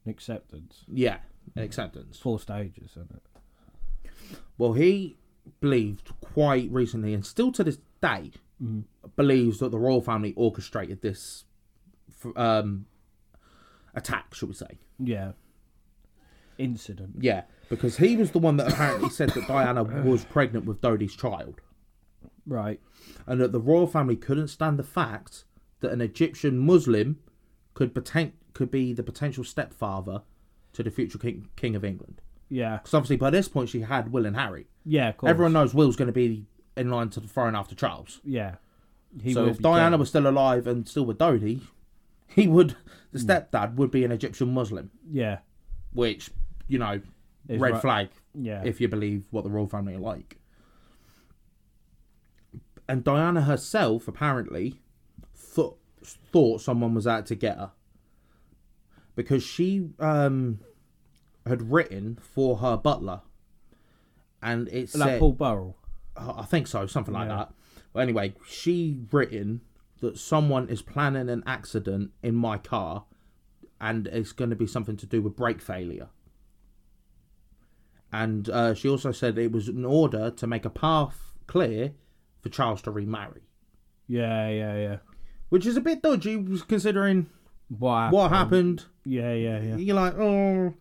A: and acceptance.
B: Yeah, acceptance.
A: It's four stages, isn't it?
B: Well, he believed quite recently, and still to this day, believes that the royal family orchestrated this f- um, attack, shall we say?
A: Yeah. Incident.
B: Yeah, because he was the one that apparently said that Diana was pregnant with Dodie's child,
A: Right.
B: and that the royal family couldn't stand the fact that an Egyptian Muslim could poten- could be the potential stepfather to the future king king of England.
A: Yeah.
B: Because obviously, by this point, she had Will and Harry.
A: Yeah. Of course.
B: Everyone knows Will's going to be in line to the throne after Charles.
A: Yeah. He
B: so
A: will
B: if
A: be
B: Diana
A: dead.
B: was still alive and still with Dodie, he would the
A: Hmm.
B: stepdad would be an Egyptian Muslim,
A: Yeah.
B: which you know,
A: Is
B: red
A: right.
B: flag
A: Yeah.
B: if you believe what the royal family are like. And Diana herself apparently thought thought someone was out to get her because she um had written for her butler, and it
A: like
B: said
A: Paul Burrell.
B: I I think so, something like
A: Yeah.
B: that. But anyway, she written that someone is planning an accident in my car, and it's going to be something to do with brake failure. And uh, she also said it was an order to make a path clear for Charles to remarry,
A: Yeah. Yeah. Yeah.
B: which is a bit dodgy considering
A: What? happened?
B: what happened.
A: Yeah. Yeah. Yeah.
B: You're like, oh.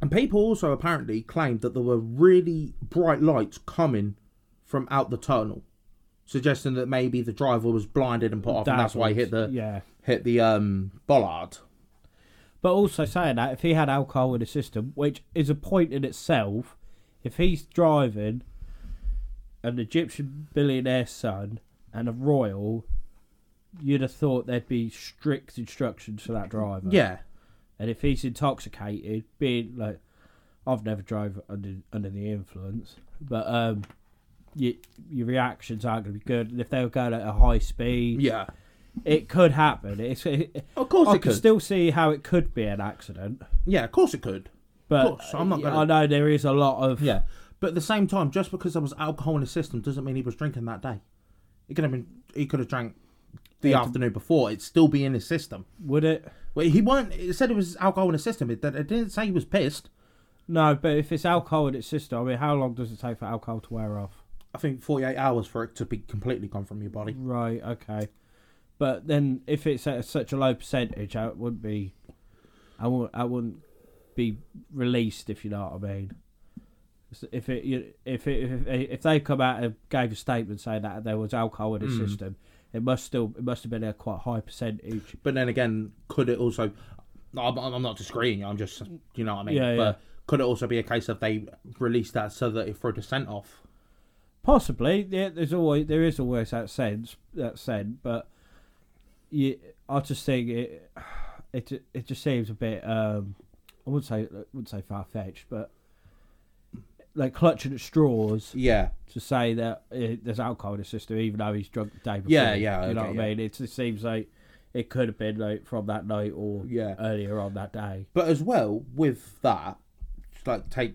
B: And people also apparently claimed that there were really bright lights coming from out the tunnel, suggesting that maybe the driver was blinded and put off, and that's why he hit the
A: Dazzled. Yeah.
B: hit the um bollard.
A: But also saying that, if he had alcohol in his system, which is a point in itself, if he's driving an Egyptian billionaire son and a royal, you'd have thought there'd be strict instructions for that driver.
B: Yeah,
A: And if he's intoxicated, being like, I've never drove under under the influence, but um, you, your reactions aren't going to be good. And if they were going at a high speed,
B: yeah.
A: it could happen. It's, it,
B: Of course
A: I
B: it
A: can
B: could.
A: still see how it could be an accident.
B: yeah, of course it could.
A: But
B: Of course, I'm not
A: yeah,
B: gonna-
A: I know there is a lot of
B: Yeah, but at the same time, just because there was alcohol in his system doesn't mean he was drinking that day. He could have been. He could have drank the afternoon before. It'd still be in his system.
A: would it?
B: Well, he weren't. It said it was alcohol in his system. It, it didn't say he was pissed.
A: No, but if it's alcohol in its system, I mean, how long does it take for alcohol to wear off?
B: I think 48 hours for it to be completely gone from your body.
A: Right, okay. But then if it's at such a low percentage, I wouldn't be, I wouldn't, I wouldn't be released if you know what I mean. S- If it, you- if it, if, it- if they come out and gave a statement saying that there was alcohol in the
B: Hmm.
A: system, it must still, it must have been a quite high percentage.
B: But then again, could it also. I'm, I'm not disagreeing, I'm just. You know what I mean?
A: Yeah,
B: But could it also be a case of they released that so that it threw the scent off?
A: Possibly, yeah, there's always there is always that sense that said, but you, I just think it it it just seems a bit um, I wouldn't say I wouldn't say far fetched, but like clutching at straws
B: Yeah.
A: to say that eh, there's alcohol in his system, even though he's drunk the day before.
B: Yeah, yeah,
A: you know
B: okay,
A: what I mean. It just seems like it could have been like from that night or
B: Yeah.
A: earlier on that day.
B: But as well, with that, just, like take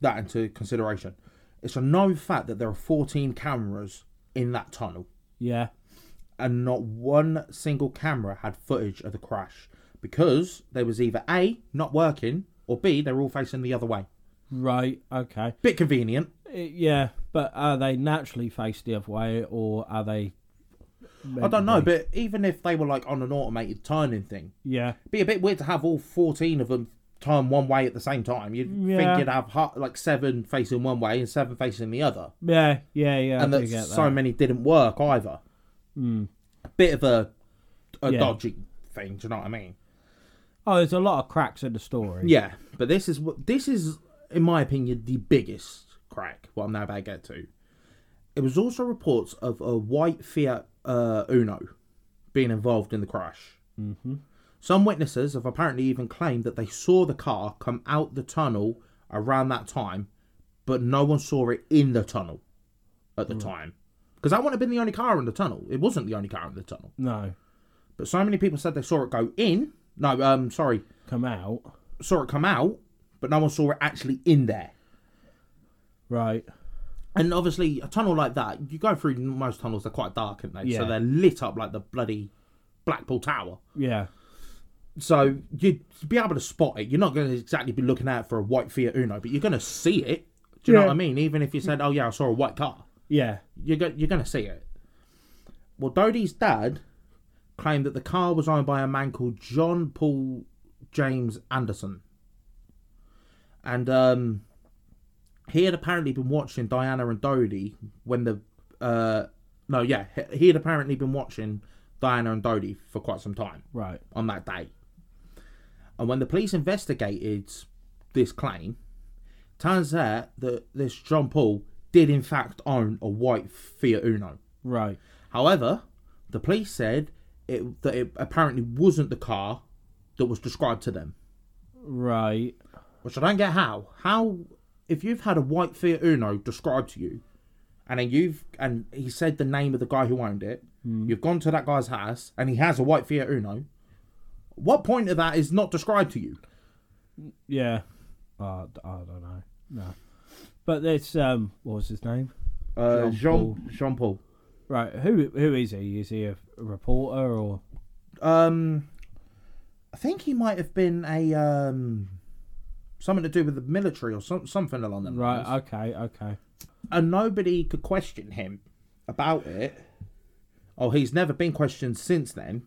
B: that into consideration. It's a known fact that there are 14 cameras in that tunnel,
A: Yeah,
B: and not one single camera had footage of the crash because there was either A, not working, or B, they were all facing the other way.
A: right, okay.
B: Bit convenient.
A: Eh, yeah, but are they naturally faced the other way or are they?
B: I don't know, but even if they were like on an automated turning thing,
A: Yeah,
B: it'd be a bit weird to have all 14 of them turn one way at the same time. You'd
A: Yeah.
B: think you'd have ha- like seven facing one way and seven facing the other.
A: yeah, yeah, yeah.
B: and
A: I
B: that,
A: do get that. Hmm.
B: so many didn't work either. Bit of a, a
A: Yeah.
B: dodgy thing, do you know what I mean?
A: oh, there's a lot of cracks in the story.
B: Yeah, but this is what this is, in my opinion, the biggest crack. What I'm now about to get to. It was also reports of a white Fiat uh, Uno being involved in the crash. Mm-hmm. Some witnesses have apparently even claimed that they saw the car come out the tunnel around that time, but no one saw it in the tunnel at the time. Because that wouldn't have been the only car in the tunnel. It wasn't the only car in the tunnel.
A: No,
B: But so many people said they saw it go in. No, um, sorry,
A: come out.
B: saw it come out, but no one saw it actually in there.
A: Right.
B: And obviously, a tunnel like that, you go through most tunnels, they're quite dark, aren't they?
A: Yeah.
B: So they're lit up like the bloody Blackpool Tower.
A: Yeah.
B: So you'd be able to spot it. You're not going to exactly be looking out for a white Fiat Uno, but you're going to see it. Do you know
A: Yeah.
B: what I mean? Even if you said, "Oh yeah, I saw a white car,"
A: Yeah.
B: you're go- you're going to see it. Well, Dodie's dad claimed that the car was owned by a man called John Paul James Anderson, and um, he had apparently been watching Diana and Dodie when the uh, no, yeah, he- he had apparently been watching Diana and Dodie for quite some time
A: Right.
B: on that day. And when the police investigated this claim, turns out that this John Paul did in fact own a white Fiat Uno.
A: Right.
B: However, the police said it, that it apparently wasn't the car that was described to them,
A: Right.
B: which I don't get how. How, if you've had a white Fiat Uno described to you, and then you've and he said the name of the guy who owned it, you've gone to that guy's house and he has a white Fiat Uno. What point of that is not described to you?
A: Yeah. Uh, d- I don't know. No. But this um, what was his name?
B: Uh,
A: Jean-Paul.
B: Jean Jean Paul.
A: Right. Who who is he? Is he a reporter or?
B: Um, I think he might have been a um, something to do with the military or some, something along them lines.
A: Right. Okay. Okay.
B: and nobody could question him about it. Oh, he's never been questioned since then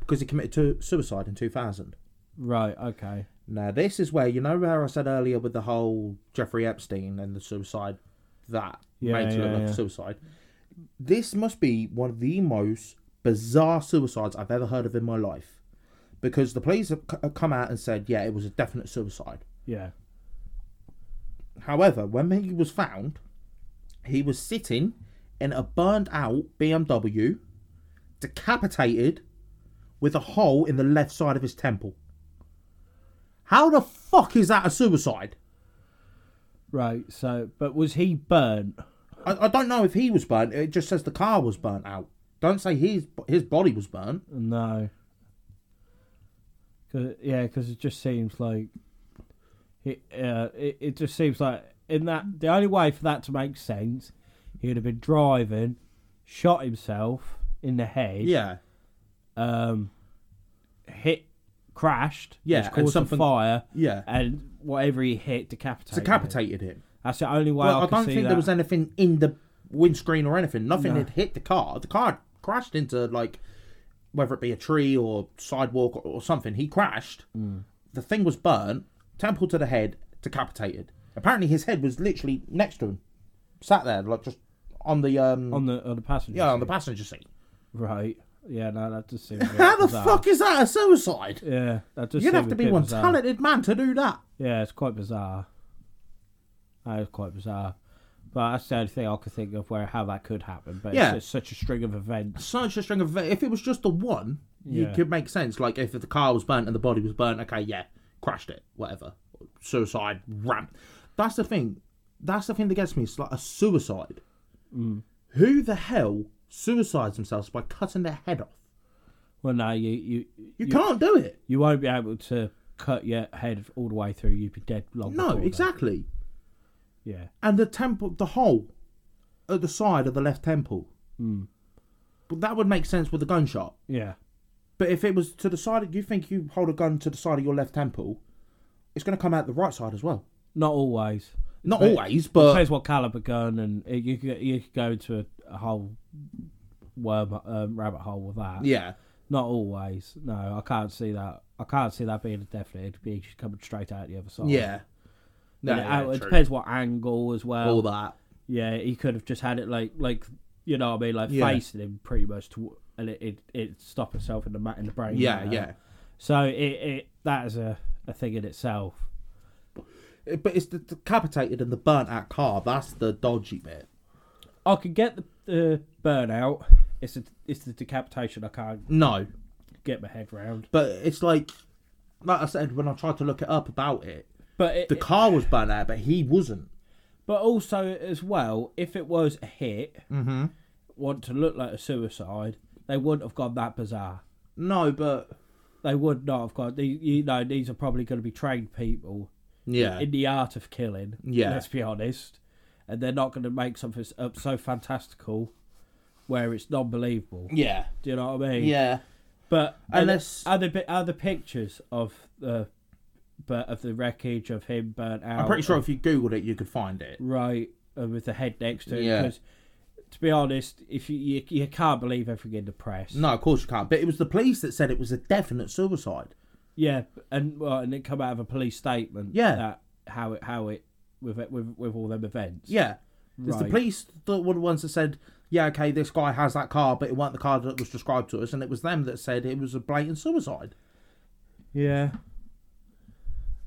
B: because he committed to suicide in 2000.
A: Right. Okay.
B: Now, this is where, you know, where I said earlier with the whole Jeffrey Epstein and the suicide that
A: Yeah,
B: made it
A: yeah,
B: look like
A: yeah.
B: a suicide. This must be one of the most bizarre suicides I've ever heard of in my life because the police have c- have come out and said, yeah, it was a definite suicide.
A: Yeah.
B: However, when he was found, he was sitting in a burned out BMW, decapitated, with a hole in the left side of his temple. How the fuck is that a suicide?
A: Right. So, but was he burnt?
B: I, I don't know if he was burnt. It just says the car was burnt out. Don't say his his body was burnt.
A: No. Cause, yeah, because it just seems like it, uh, it. It just seems like in that the only way for that to make sense, he'd have been driving, shot himself in the head,
B: Yeah,
A: um, hit, crashed,
B: Yeah,
A: which
B: and
A: caused a
B: something-
A: fire,
B: yeah.
A: and whatever he hit decapitated. him.
B: Decapitated him.
A: That's the only way
B: Well,
A: Oh, I,
B: I,
A: can
B: don't
A: see
B: think
A: that.
B: there was anything in the windscreen or anything. Nothing
A: No.
B: had hit the car. The car crashed into like whether it be a tree or sidewalk or, or something. He crashed.
A: Mm.
B: The thing was burnt, temple to the head, decapitated. Apparently, his head was literally next to him, sat there like just on the um
A: on the on the passenger.
B: yeah on
A: seat.
B: the passenger seat.
A: right. Yeah, no, that just seems. a bit
B: How the
A: bizarre.
B: fuck is that a suicide?
A: Yeah, that just
B: You'd have
A: seems
B: to
A: a
B: be
A: bit
B: one
A: bizarre.
B: talented man to do that.
A: Yeah, it's quite bizarre. That is quite bizarre. But that's the only thing I could think of where how that could happen. But
B: Yeah.
A: it's just such a string of events.
B: such a string of if it was just the one you
A: Yeah.
B: could make sense like if the car was burnt and the body was burnt okay yeah crashed it whatever suicide ramp that's the thing that's the thing that gets me it's like a suicide
A: Mm.
B: who the hell suicides themselves by cutting their head off
A: Well, no, you you
B: you can't do it
A: you won't be able to cut your head all the way through. You'd be dead long.
B: no
A: before that.
B: exactly
A: Yeah,
B: and the temple the hole at the side of the left temple
A: Mm.
B: but that would make sense with a gunshot
A: yeah,
B: But if it was to the side, of, you think you hold a gun to the side of your left temple, it's going to come out the right side as well.
A: not always.
B: Not
A: But-
B: always, but
A: Depends what caliber gun, and it, you could you could go into a, a whole worm um, rabbit hole with that.
B: yeah,
A: Not always. No, I can't see that. I can't see that being a definite. It'd be coming straight out the other side.
B: yeah, no,
A: And
B: yeah,
A: it, it
B: true.
A: depends what angle as well.
B: all that.
A: Yeah, he could have just had it like like you know what I mean, like
B: Yeah.
A: facing him pretty much, to, and it it, it stopped itself in the ma- in the brain.
B: Yeah,
A: matter.
B: yeah.
A: So it, it that is a, a thing in itself.
B: It- But it's the decapitated and the burnt out car. That's the dodgy bit.
A: I can get the, the burnout. It's the it's the decapitation I can't
B: No,
A: get my head round.
B: But it's like, like I said, when I tried to look it up about it,
A: But it,
B: the car was burnt out, but he wasn't.
A: but also as well, if it was a hit,
B: Mm-hmm.
A: want to look like a suicide, they wouldn't have gone that bizarre.
B: No, but
A: They would not have gone. These, you know, these are probably going to be trained people
B: yeah,
A: in the art of killing.
B: Yeah.
A: let's be honest, and they're not going to make something s- up so fantastical where it's non believable.
B: yeah,
A: Do you know what I mean?
B: yeah.
A: But
B: Unless-
A: are there, are there pictures of the but of the wreckage of him burnt out?
B: I'm pretty sure if you googled it, you could find it.
A: right uh, with the head next to him.
B: Yeah.
A: Because to be honest, if you, you you can't believe everything in the press.
B: No, of course you can't. But it was the police that said it was a definite suicide.
A: Yeah, and well, and it come out of a police statement.
B: Yeah.
A: That how it how it with it, with with all them events.
B: Yeah, it's the
A: Right.
B: police that were the ones that said, yeah, okay, this guy has that car, but it weren't the car that was described to us, and it was them that said it was a blatant suicide.
A: Yeah.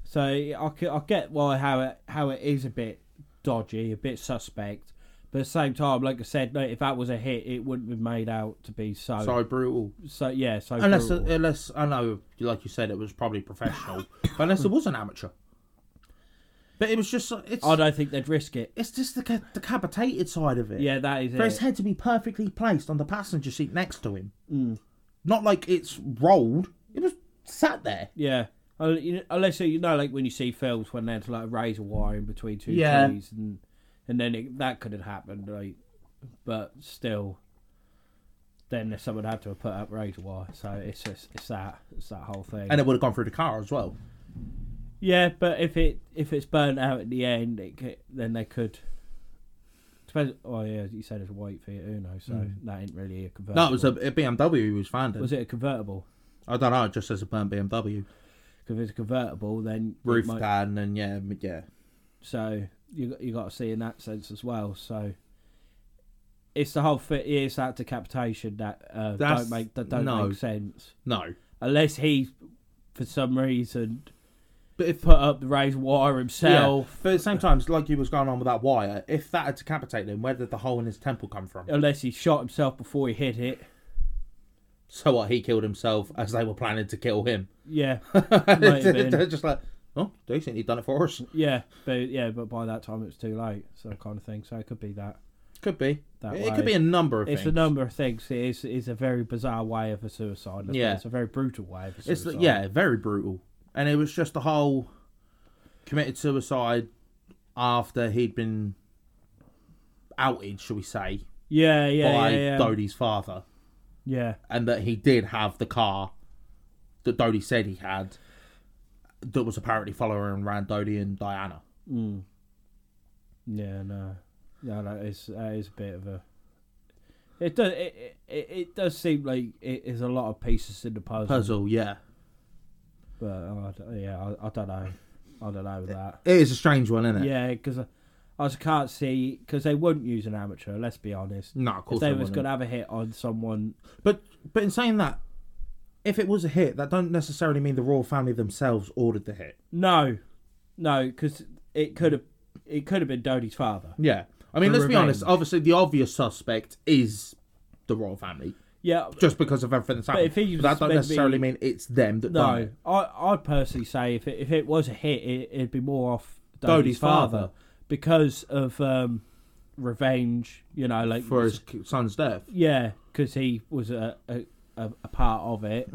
A: So I c- I get why how it how it is a bit dodgy, a bit suspect, but at the same time, like I said, no, if that was a hit, it wouldn't have been made out to be so so,
B: So brutal.
A: yeah so
B: Unless,
A: Oh. brutal.
B: unless I know, like you said, it was probably professional, but unless it was an amateur. But it was just it's
A: I don't think they'd risk it.
B: it's just the ca- decapitated side of it.
A: Yeah, that is
B: for his
A: it.
B: head to be perfectly placed on the passenger seat next to him,
A: Mm.
B: not like it's rolled. It was sat there.
A: Yeah. Un- you know- Unless you know, like when you see films when there's like a razor wire in between two
B: Yeah.
A: trees, and and then it, that could have happened, like, but still, then someone had to have put up razor wire, so it's just, it's that it's that whole thing.
B: and it would have gone through the car as well.
A: yeah, but if it if it's burnt out at the end, it could, then they could. Depends. Oh yeah, you said it's a white Fiat Uno, so that ain't really a convertible.
B: No, it Mm. was a, a BMW he was finding.
A: Was it a convertible?
B: I don't know. It just says a burnt BMW
A: Because if it's a convertible, then it
B: roof
A: might-
B: down, and yeah, m- yeah,
A: So you you got to see in that sense as well. So it's the whole fit. It's that decapitation that uh,
B: That's-
A: don't make that don't
B: no.
A: make sense
B: no.
A: unless he, for some reason,
B: But if
A: put up the raised wire
B: yeah,
A: himself.
B: but at the same time, it's like you was going on with that wire, if that had decapitated him, where did the hole in his temple come from?
A: Unless he shot himself before he hit it.
B: So what? He killed himself as they were planning to kill him.
A: Yeah, have been.
B: They're just like, oh, decent. He done it for us.
A: yeah, but yeah, but by that time it's too late. So kind of thing. So it could be that.
B: Could be.
A: That
B: it
A: way.
B: could be a number of
A: It's a
B: things.
A: number of things. It is, it's a very bizarre way of a suicide. I
B: Yeah.
A: think. It's a very brutal way of a suicide.
B: It's the, yeah, very brutal. And it was just the whole committed suicide after he'd been outed, shall we say,
A: Yeah, yeah,
B: by
A: yeah, yeah.
B: Dodie's father,
A: yeah.
B: and that he did have the car that Dodie said he had, that was apparently following around Dodie and Diana.
A: Yeah, no, no, that is that is a bit of a. It does it, it, it does seem like it is a lot of pieces in the puzzle,
B: Puzzle, yeah,
A: but uh, I d yeah, I, I don't know, I don't know with that.
B: it is a strange one, isn't it?
A: Yeah, because I, I just can't see because they wouldn't use an amateur. Let's be honest.
B: No, of
A: If
B: course
A: they
B: they
A: was
B: wouldn't.
A: going to have a hit on someone,
B: But but in saying that, if it was a hit, that don't necessarily mean the royal family themselves ordered the hit.
A: no, no, because it could have it could have been Dodie's father.
B: Yeah. I mean,
A: For
B: let's be honest.
A: revenge.
B: Obviously, the obvious suspect is the royal family,
A: Yeah,
B: just because of everything that's happened.
A: if he was
B: But that don't
A: meant to
B: necessarily
A: be-
B: mean it's them that done
A: No,
B: it.
A: I I'd personally say if it, if it was a hit, it, it'd be more off
B: Dodie's
A: Dodie's father,
B: father.
A: because of um, revenge. You know, like
B: for his k- son's death.
A: yeah, because he was a, a, a, a part of it.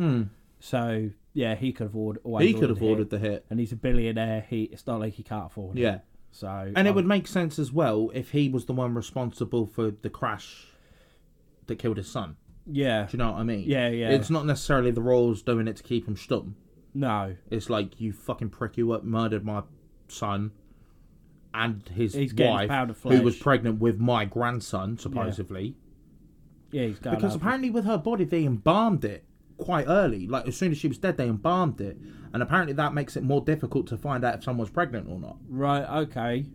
A: So yeah, he could have ordered. always
B: Hmm. He could have
A: a hit.
B: ordered the hit.
A: and he's a billionaire. He it's not like he can't afford. it.
B: Yeah.
A: So um,
B: And
A: I-
B: it would make sense as well if he was the one responsible for the crash that killed his son.
A: yeah
B: Do you know what I mean?
A: Yeah, yeah.
B: It's not necessarily the royals doing it to keep him stum.
A: no
B: It's like you fucking prick, you up murdered my son and his
A: He's getting his
B: wife,
A: pound of
B: who was
A: flesh.
B: pregnant with my grandson, supposedly.
A: yeah he's going
B: Because
A: out.
B: apparently, with her body, they embalmed it quite early. Like as soon as she was dead, they embalmed it, and apparently that makes it more difficult to find out if someone's pregnant or not.
A: right okay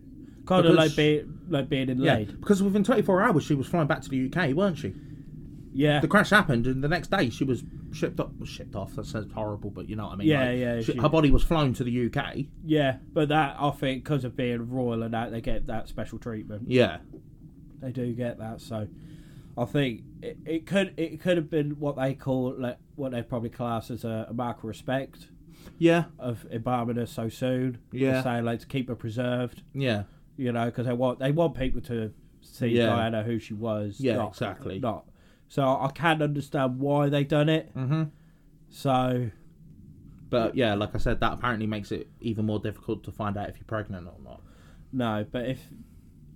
A: kind of
B: Because-
A: like being like being in
B: Yeah,
A: laid
B: because within 24 hours, she was flying back to the UK, weren't she?
A: yeah
B: The crash happened, and the next day she was shipped off. Shipped off. That sounds horrible, but you know what I mean.
A: Yeah, yeah,
B: she-
A: she-
B: her body was flown to the UK.
A: yeah but that I think because of being royal and that they get that special treatment
B: Yeah,
A: they do get that. So I I think it, it could it could have been what they call like what they probably class as a, a mark of respect
B: Yeah,
A: of embalming her so soon.
B: Yeah.
A: to say like to keep her preserved,
B: yeah,
A: you know, because they want they want people to see
B: Yeah.
A: Diana who she was.
B: yeah,
A: not-
B: exactly.
A: Not so I can understand why they done it.
B: hmm
A: So
B: But yeah, like I said, that apparently makes it even more difficult to find out if you're pregnant or not.
A: no, but if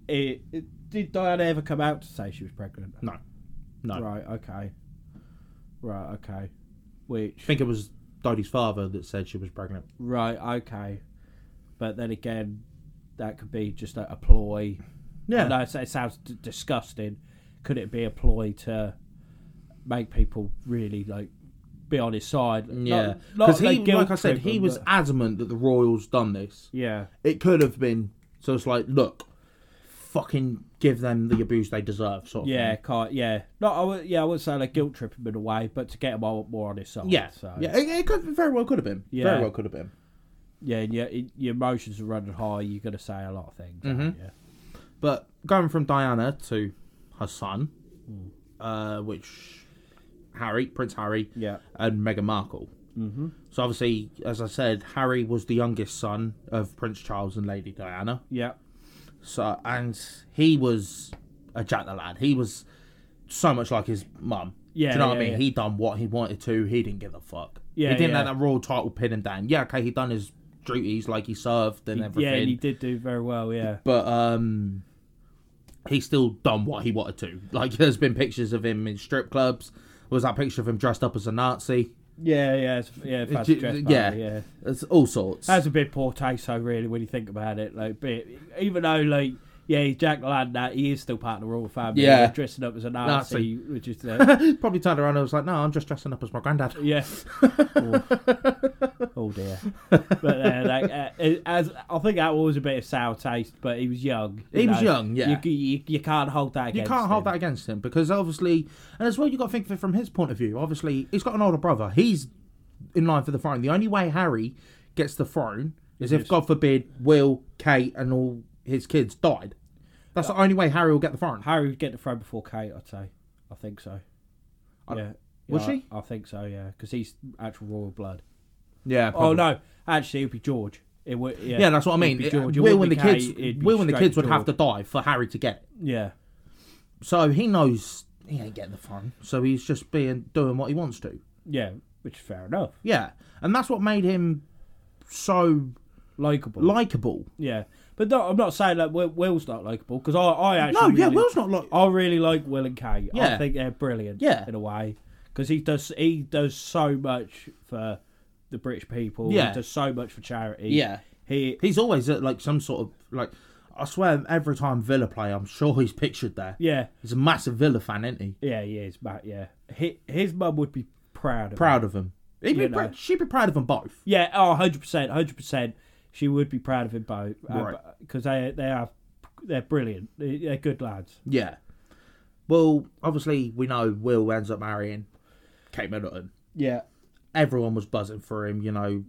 A: it, it did Diana ever come out to say she was pregnant?
B: No, no.
A: Right. Okay. Right. Okay. Which
B: I think it was Dodie's father that said she was pregnant.
A: Right, okay. But then again, that could be just a, a ploy. I know
B: no,
A: it sa- it sounds d- disgusting. Could it be a ploy to make people really like be on his side? Not-
B: yeah.
A: not
B: Because he,
A: like guilt
B: like I said,
A: trip
B: he
A: them,
B: was
A: but-
B: adamant that the royals done this.
A: yeah,
B: It could have been. So it's like, look, fucking give them the abuse they deserve. Sort of.
A: yeah,
B: thing.
A: can't, yeah. Not, I would, yeah, I wouldn't say like guilt trip him in a way, but to get him more, more on his side.
B: Yeah,
A: Oh, so,
B: yeah. It, it could very well could have been.
A: Yeah.
B: Very well could have been.
A: yeah. And your, your emotions are running high. You're gonna say a lot of things.
B: Mhm.
A: Yeah,
B: But going from Diana to her son, uh, which Harry, Prince Harry,
A: Hmm. yeah,
B: and Meghan Markle.
A: mm-hmm.
B: So obviously, as I said, Harry was the youngest son of Prince Charles and Lady Diana.
A: yeah,
B: So and he was a jack the lad. He was so much like his mum.
A: Yeah,
B: Do you know what
A: yeah,
B: I mean?
A: yeah.
B: He done what he wanted to. He didn't give a fuck.
A: Yeah,
B: he didn't
A: yeah.
B: let that royal title pin him down. Yeah, okay, he done his duties like he served and everything.
A: yeah. And he did do very well. Yeah,
B: but um he still done what he wanted to. Like there's been pictures of him in strip clubs. Was that picture of him dressed up as a Nazi?
A: yeah, yeah, it's- yeah. Fancy
B: Ju-
A: dress
B: yeah.
A: party, yeah.
B: It's all sorts.
A: That's a bit poor taste, though, really, when you think about it. Like, bit, even though, like, yeah, he's Jack Land, that he is still part of the royal family.
B: Yeah.
A: They're dressing up as a Nazi,
B: Nazi.
A: which is uh,
B: Probably turned around and was like, "No, I'm just dressing up as my granddad."
A: yeah. oh. Oh, dear, but uh, like, uh, it- as I think that was a bit of sour taste, but he was young. you
B: He was young, yeah.
A: You, you, you can't hold that.
B: You
A: against
B: can't hold
A: him.
B: that against him because obviously, and as well, you got to think of it from his point of view. Obviously, he's got an older brother. He's in line for the throne. The only way Harry gets the throne is if,
A: Yes.
B: God forbid, Will, Kate, and all his kids died. That's the only way Harry will get the throne.
A: Harry would get the throne before Kate, I'd say. I think so.
B: I-
A: yeah.
B: Was
A: Yeah, I-
B: she?
A: I think so, yeah, because he's actual royal blood.
B: Yeah.
A: Oh no, actually, it'd be George. It would. Yeah,
B: Yeah, that's what I
A: It'd
B: mean.
A: be
B: It- uh,
A: George. It
B: Will and
A: wouldn't
B: the
A: be
B: kids,
A: Kate, it'd be
B: Will and the
A: straight
B: kids would have to
A: George.
B: die for Harry to get it.
A: Yeah,
B: So he knows he ain't getting the throne. So he's just being doing what he wants to.
A: yeah, which is fair enough.
B: Yeah, and that's what made him so
A: Likeable.
B: likable.
A: yeah, but no, I'm not saying that Will, Will's not likable because I, I actually.
B: No, yeah,
A: really-
B: Will's not like.
A: I really like Will and Kate. I
B: Yeah.
A: think they're brilliant.
B: Yeah.
A: in a way, because he does he does so much for the British people.
B: Yeah.
A: he does so much for charity.
B: Yeah.
A: he.
B: He's always at like some sort of like. I swear, every time Villa play, I'm sure he's pictured there.
A: Yeah,
B: He's a massive Villa fan, isn't he?
A: yeah, he is, Matt. Yeah, he, his mum would be proud of. him.
B: Proud of him. He'd
A: You
B: be
A: know.
B: pr- she'd be proud of them both.
A: Yeah, oh, 100%, 100%. She would be proud of him both.
B: Right.
A: Because they, they are, they're brilliant. They- They're good lads.
B: Yeah. Well, obviously, we know Will ends up marrying Kate Middleton.
A: Yeah.
B: Everyone was buzzing for him, you know.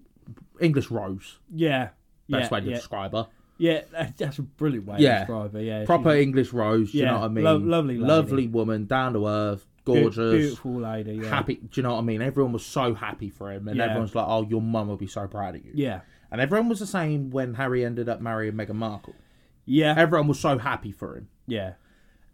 B: English Rose,
A: Yeah.
B: best
A: yeah,
B: way to
A: yeah.
B: describe her.
A: yeah, that- that's a brilliant way
B: Yeah.
A: to describe her. Yeah,
B: Proper
A: she's
B: English Rose, do you
A: Yeah,
B: know what I mean?
A: lo- lovely lady.
B: Lovely woman, down to earth,
A: a beau-
B: gorgeous.
A: beautiful lady. Yeah.
B: happy. Do you know what I mean? Everyone was so happy for him, and
A: Yeah.
B: everyone's like, "Oh, your mum will be so proud of you."
A: Yeah,
B: And everyone was the same when Harry ended up marrying Meghan Markle.
A: yeah,
B: Everyone was so happy for him,
A: yeah,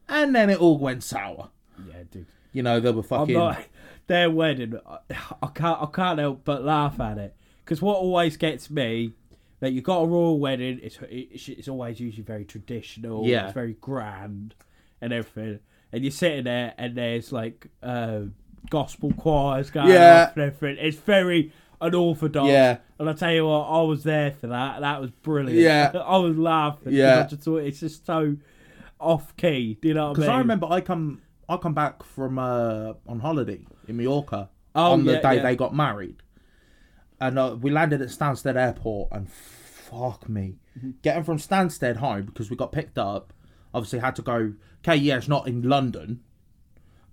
B: and then it all went sour.
A: yeah, dude.
B: You know, they were
A: I'm
B: fucking.
A: not, their wedding, I, I can't, I can't help but laugh at it because what always gets me that you got a royal wedding. It's it's, it's always usually very traditional.
B: Yeah.
A: it's very grand and everything. And you're sitting there, and there's like um gospel choirs going
B: Yeah.
A: off and everything. It's very unorthodox.
B: Yeah.
A: And I tell you what, I was there for that. That was brilliant.
B: Yeah.
A: I was laughing. 'cause
B: Yeah.
A: I just thought it's just so off key. Do you know what I mean?
B: Because I remember I come, I come back from uh, on holiday in Mallorca
A: Oh,
B: on the
A: yeah,
B: day
A: yeah.
B: they got married, and uh, we landed at Stansted Airport, and fuck me,
A: Mm-hmm.
B: getting from Stansted home because we got picked up. Obviously, had to go. Okay, yeah, it's not in London,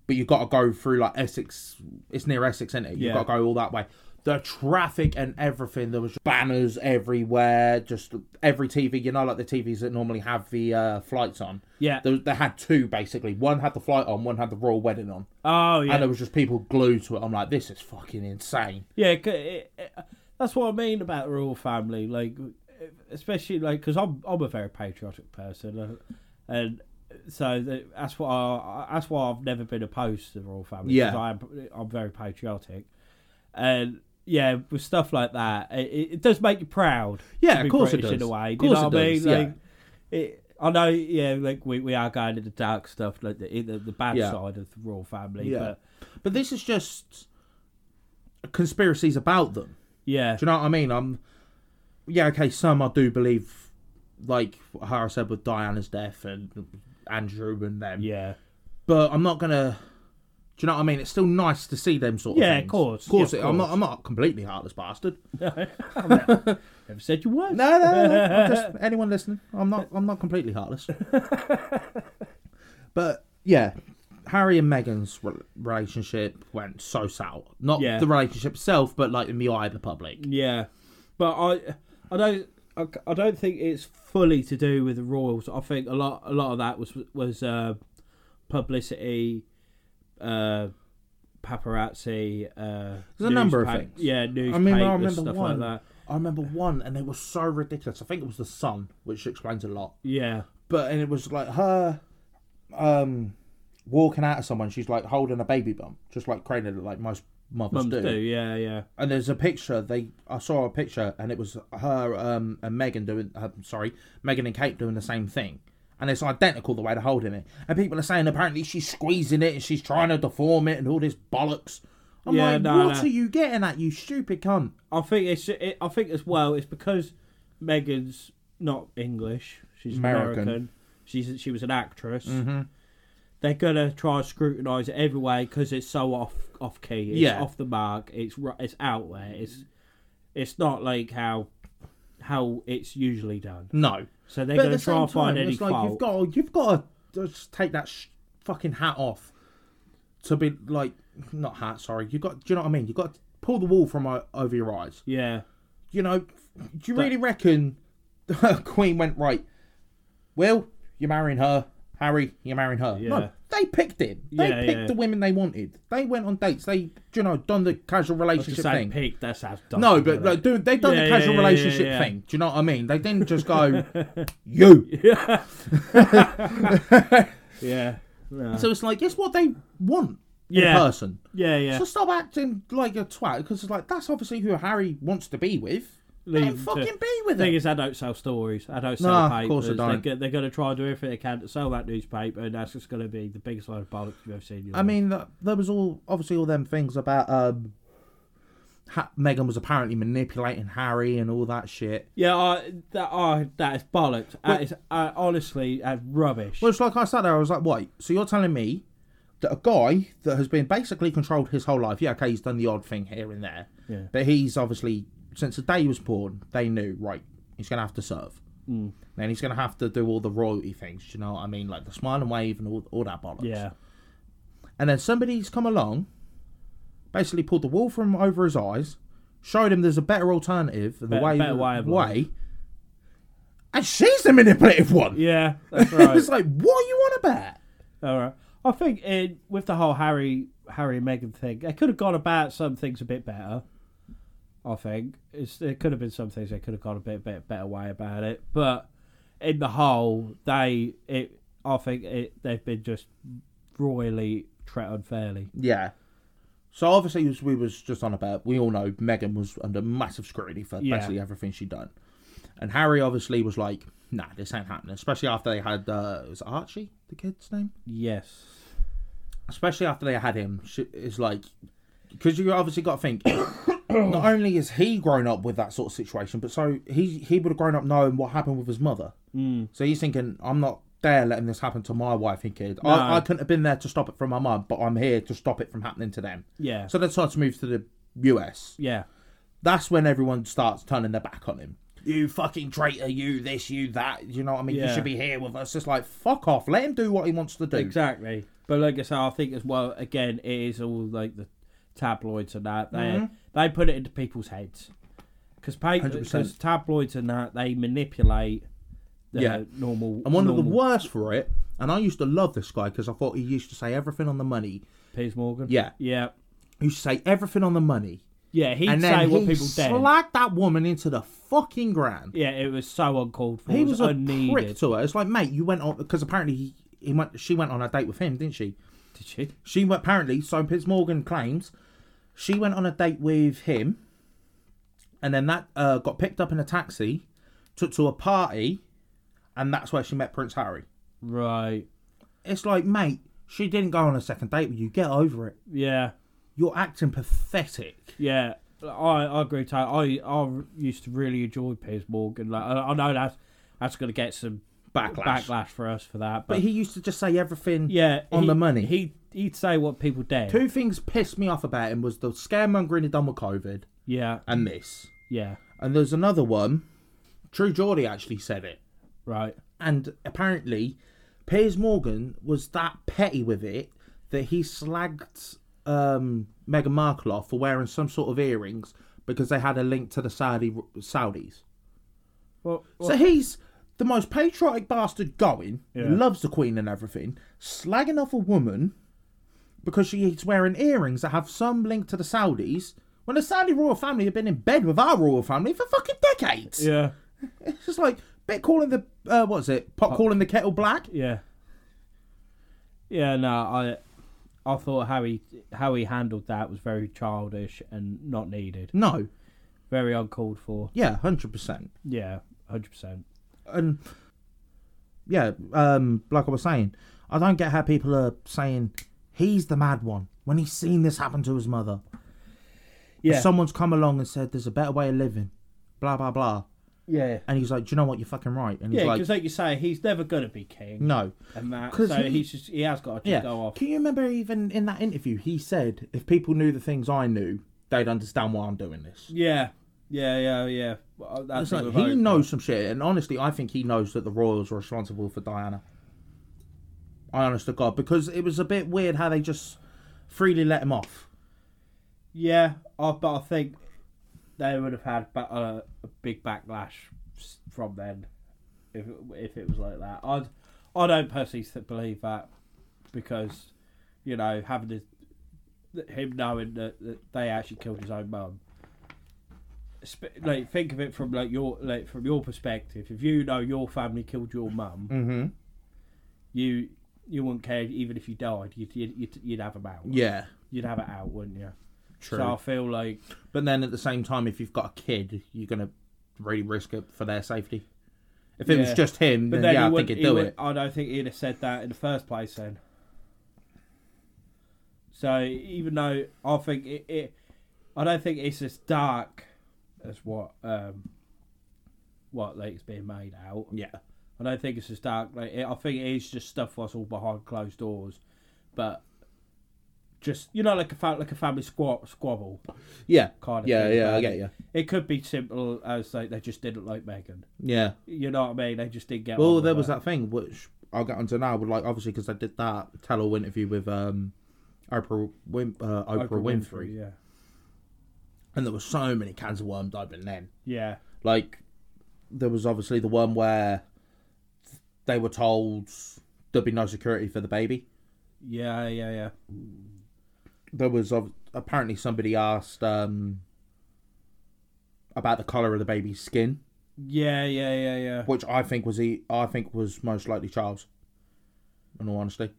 B: but you got to go through like Essex. It's near Essex, isn't it? You
A: Yeah.
B: got to go all that way. The the traffic and everything. There was banners everywhere, just every TV. You know, like the TVs that normally have the uh, flights on.
A: Yeah.
B: They, they had two basically. One had the flight on, one had the royal wedding on,
A: Oh yeah,
B: and there was just people glued to it. I'm like, this is fucking insane.
A: yeah. 'cause it- it- that's what I mean about the royal family. Like, especially like because I'm I'm a very patriotic person, uh, and so the, that's what I I- that's why I've never been opposed to the royal family. 'cause
B: Yeah.
A: I'm I'm very patriotic, and yeah, with stuff like that, it, it it does make you proud.
B: Yeah,
A: to
B: of
A: be
B: course it
A: British In
B: does.
A: a way,
B: Of
A: do you
B: course
A: know
B: it
A: what I mean?
B: does, yeah.
A: Like, it, I know, yeah, like we, we are going to the dark stuff, like the the, the bad
B: Yeah.
A: side of the royal family.
B: Yeah.
A: but
B: But this is just conspiracies about them.
A: yeah,
B: Do you know what I mean? I'm, yeah, okay. Some I do believe, like how I said with Diana's death and Andrew and them.
A: yeah.
B: But I'm not gonna. Do you know what I mean? It's still nice to see them sort of.
A: Yeah, of
B: things.
A: course.
B: Of course,
A: Yeah, of
B: it- I'm not.
A: course.
B: I'm not a completely heartless bastard.
A: Never said you was.
B: No, no, no. no. I'm just anyone listening, I'm not. I'm not completely heartless. but yeah, Harry and Meghan's re- relationship went so sour. Not
A: Yeah.
B: the relationship itself, but like in the eye of the public.
A: Yeah, but I, I don't, I, I don't think it's fully to do with the royals. I think a lot, a lot of that was was uh, publicity, uh, paparazzi. Uh,
B: There's a number of
A: newspa-
B: things.
A: Yeah, newspapers,
B: I mean, I remember
A: stuff
B: one.
A: like that.
B: I remember one, and they were so ridiculous. I think it was the sun, which explains a lot.
A: Yeah,
B: But and it was like her, um, walking out of someone. She's like holding a baby bump, just like cradled, like most mothers
A: mums
B: do.
A: do. Yeah, yeah,
B: And there's a picture. They I saw a picture, and it was her um and Megan doing. Uh, sorry, Megan and Kate doing the same thing. And it's identical the way they're holding it. And people are saying apparently she's squeezing it and she's trying to deform it and all this bollocks. I'm
A: Yeah,
B: like,
A: no,
B: what
A: no.
B: are you getting at, you stupid cunt?
A: I think it's. It, I think as well. It's because Megan's not English. She's American.
B: American. Mm-hmm.
A: She's she was an actress. They're gonna try and scrutinise it every way because it's so off off key. It's
B: Yeah.
A: off the mark. It's ru- it's out there. It's it's not like how how it's usually done.
B: No.
A: So they're
B: But at
A: gonna
B: the
A: try
B: same
A: and find
B: time,
A: any
B: it's like
A: fault.
B: you've got you've got to just take that sh- fucking hat off to be like not hat. Sorry, you got. Do you know what I mean? You got to pull the wool from o- over your eyes.
A: yeah,
B: You know. Do you really reckon Queen went right? Will you're marrying her? Harry, you're marrying her.
A: Yeah.
B: No, they picked him. They
A: Yeah,
B: picked
A: yeah.
B: the women they wanted. They went on dates. They, do you know, done the casual
A: just
B: relationship
A: saying
B: thing.
A: peak. That's how.
B: No, but like, do, they done
A: Yeah,
B: the
A: yeah,
B: casual
A: yeah, yeah,
B: relationship
A: yeah.
B: thing. Do you know what I mean? They didn't just go, you.
A: yeah, yeah,
B: So it's like, it's what they want in
A: Yeah.
B: a person.
A: yeah, yeah.
B: So stop acting like a twat because it's like, that's obviously who Harry wants to be with. Let him
A: Leave
B: fucking
A: to-
B: be with
A: thing
B: him.
A: is, I don't sell stories. I don't sell
B: No,
A: papers.
B: of course I don't.
A: They're, go- they're going to try and do everything they can to sell that newspaper, and that's just going to be the biggest load of bollocks you've ever seen. in your
B: I
A: life.
B: mean, th- there was all, obviously all them things about, um, ha- Meghan was apparently manipulating Harry and all that shit.
A: yeah, I, that I, that is bollocks. That
B: Well-
A: is uh, honestly that's rubbish.
B: Well, it's like I sat there, I was like, wait, so you're telling me that a guy that has been basically controlled his whole life, yeah, okay, he's done the odd thing here and there,
A: Yeah.
B: but he's obviously, since the day he was born, they knew, right, he's going to have to serve. Mm. Then he's going to have to do all the royalty things, do you know what I mean? Like the smile and wave and all, all that bollocks.
A: yeah,
B: And then somebody's come along, basically pulled the wool from over his eyes, showed him there's a better alternative, the
A: Better-
B: way,
A: better way of life.
B: and she's the manipulative one.
A: yeah, that's right.
B: it's like, what are you on about?
A: All right. I think in, with the whole Harry, Harry and Meghan thing, they could have gone about some things a bit better. I think it's, there could have been some things they could have gone a bit, bit better way about it, but in the whole, they it. I think it, they've been just royally treated unfairly.
B: Yeah. So obviously, as we was just on about, we all know Meghan was under massive scrutiny for
A: Yeah.
B: basically everything she'd done, and Harry obviously was like, "Nah, this ain't happening." Especially after they had uh, was it Archie the kid's name.
A: Yes.
B: Especially after they had him, she, it's like because you obviously got to think. not only is he grown up with that sort of situation, but so he he would have grown up knowing what happened with his mother. Mm. So he's thinking, "I'm not." There, letting this happen to my wife and kid. I, I couldn't have been there to stop it from my mum, but I'm here to stop it from happening to them.
A: Yeah.
B: So they decide to move to the US.
A: yeah.
B: That's when everyone starts turning their back on him. You fucking traitor, you this, you that. You know what I mean?
A: Yeah.
B: You should be here with us. It's like, fuck off. Let him do what he wants to do. Mm-hmm.
A: Exactly. But like I say, I think as well, again, it is all like the tabloids and that. They They put it into people's heads because
B: 100%.
A: tabloids and that they manipulate the
B: Yeah.
A: normal.
B: And one of the
A: normal-
B: worst for it, and I used to love this guy because I thought he used to say everything on the money.
A: Piers Morgan.
B: Yeah.
A: yeah,
B: He used to say everything on the money.
A: yeah. He'd
B: and
A: say
B: then
A: what
B: he
A: people did.
B: slagged that woman into the fucking ground.
A: yeah, it was so uncalled for. It
B: he
A: was,
B: was, a
A: unneeded.
B: prick to her. It's like, mate, you went on because apparently he, he went. She went on a date with him, didn't she?
A: Did she?
B: She went apparently. So Piers Morgan claims she went on a date with him, and then that uh, got picked up in a taxi, took to a party, and that's where she met Prince Harry.
A: Right.
B: It's like, mate, she didn't go on a second date with you. Get over it.
A: Yeah.
B: You're acting pathetic.
A: Yeah, I, I agree. To, I I used to really enjoy Piers Morgan. Like I, I know that's that's going to get some
B: Backlash.
A: backlash for us for that, but,
B: But he used to just say everything.
A: yeah,
B: on
A: he-
B: the money.
A: He he'd say what people did.
B: Two things pissed me off about him was the scaremongering he'd done with COVID
A: Yeah,
B: and this.
A: yeah,
B: And there's another one. True Geordie actually said it.
A: right.
B: And apparently, Piers Morgan was that petty with it that he slagged um, Meghan Markle off for wearing some sort of earrings because they had a link to the Saudi Saudis.
A: Well,
B: So he's the most patriotic bastard going,
A: Yeah.
B: loves the Queen and everything, slagging off a woman because she's wearing earrings that have some link to the Saudis when the Saudi royal family have been in bed with our royal family for fucking decades.
A: yeah,
B: It's just like bit calling the uh, what is it? Pot calling the kettle black.
A: yeah, yeah. No, I I thought how he how he handled that was very childish and not needed.
B: No,
A: Very uncalled for.
B: yeah, hundred percent.
A: Yeah, hundred percent.
B: And yeah, um, like I was saying, I don't get how people are saying he's the mad one when he's seen this happen to his mother.
A: Yeah,
B: Someone's come along and said there's a better way of living, blah blah blah,
A: yeah,
B: and he's like, do you know what? You're fucking right. And he's
A: yeah.
B: like,
A: Because like you say, he's never gonna be king.
B: no,
A: and that.
B: 'Cause
A: So
B: he-
A: he's just he has got to just
B: yeah.
A: go off.
B: Can you remember even in that interview he said if people knew the things I knew, they'd understand why I'm doing this.
A: Yeah, yeah, yeah, yeah. Well, That's
B: It's like,
A: it with
B: he
A: Oprah.
B: knows some shit, and honestly, I think he knows that the royals are responsible for Diana. I honest to God, because it was a bit weird how they just freely let him off.
A: Yeah, I, but I think they would have had ba- uh, a big backlash s- from then if it, if it was like that. I I don't personally s- believe that because you know having this, th- him knowing that, that they actually killed his own mum. Sp- Like think of it from like your like from your perspective. If you know your family killed your mum,
B: Mm-hmm.
A: you you wouldn't care even if you died. You'd you'd, you'd, you'd have them out.
B: Yeah,
A: You'd have it out, wouldn't you?
B: true.
A: So I feel like
B: but then at the same time, if you've got a kid, you're gonna really risk it for their safety. If it was
A: Yeah.
B: just him,
A: But
B: then,
A: then
B: yeah,
A: he
B: I
A: wouldn't-
B: think he'd
A: he
B: do
A: wouldn't-
B: it.
A: I don't think he'd have said that in the first place then. So even though I think it, it I don't think it's as dark as what um what like it's being made out.
B: Yeah,
A: I don't think it's as dark. Like it, I think it is just stuff that's all behind closed doors, but just you know like a fa- like a family squab- squabble
B: yeah,
A: kind of
B: yeah,
A: thing.
B: yeah. I
A: like,
B: get you.
A: It could be simple as like they just didn't like Megan.
B: Yeah.
A: You know what I mean? They just didn't get. on
B: Well,
A: with
B: there was
A: her.
B: that thing which I'll get onto now. With like obviously because I did that tell-all interview with um, Oprah, Win- uh, Oprah, Winfrey.
A: Yeah,
B: and there were so many cans of worms open then.
A: yeah,
B: Like, there was obviously the one where they were told there'd be no security for the baby.
A: yeah, yeah, yeah.
B: There was ob- apparently somebody asked um, about the color of the baby's skin,
A: Yeah, yeah, yeah, yeah.
B: which I think was he. I think was most likely Charles. In all honesty,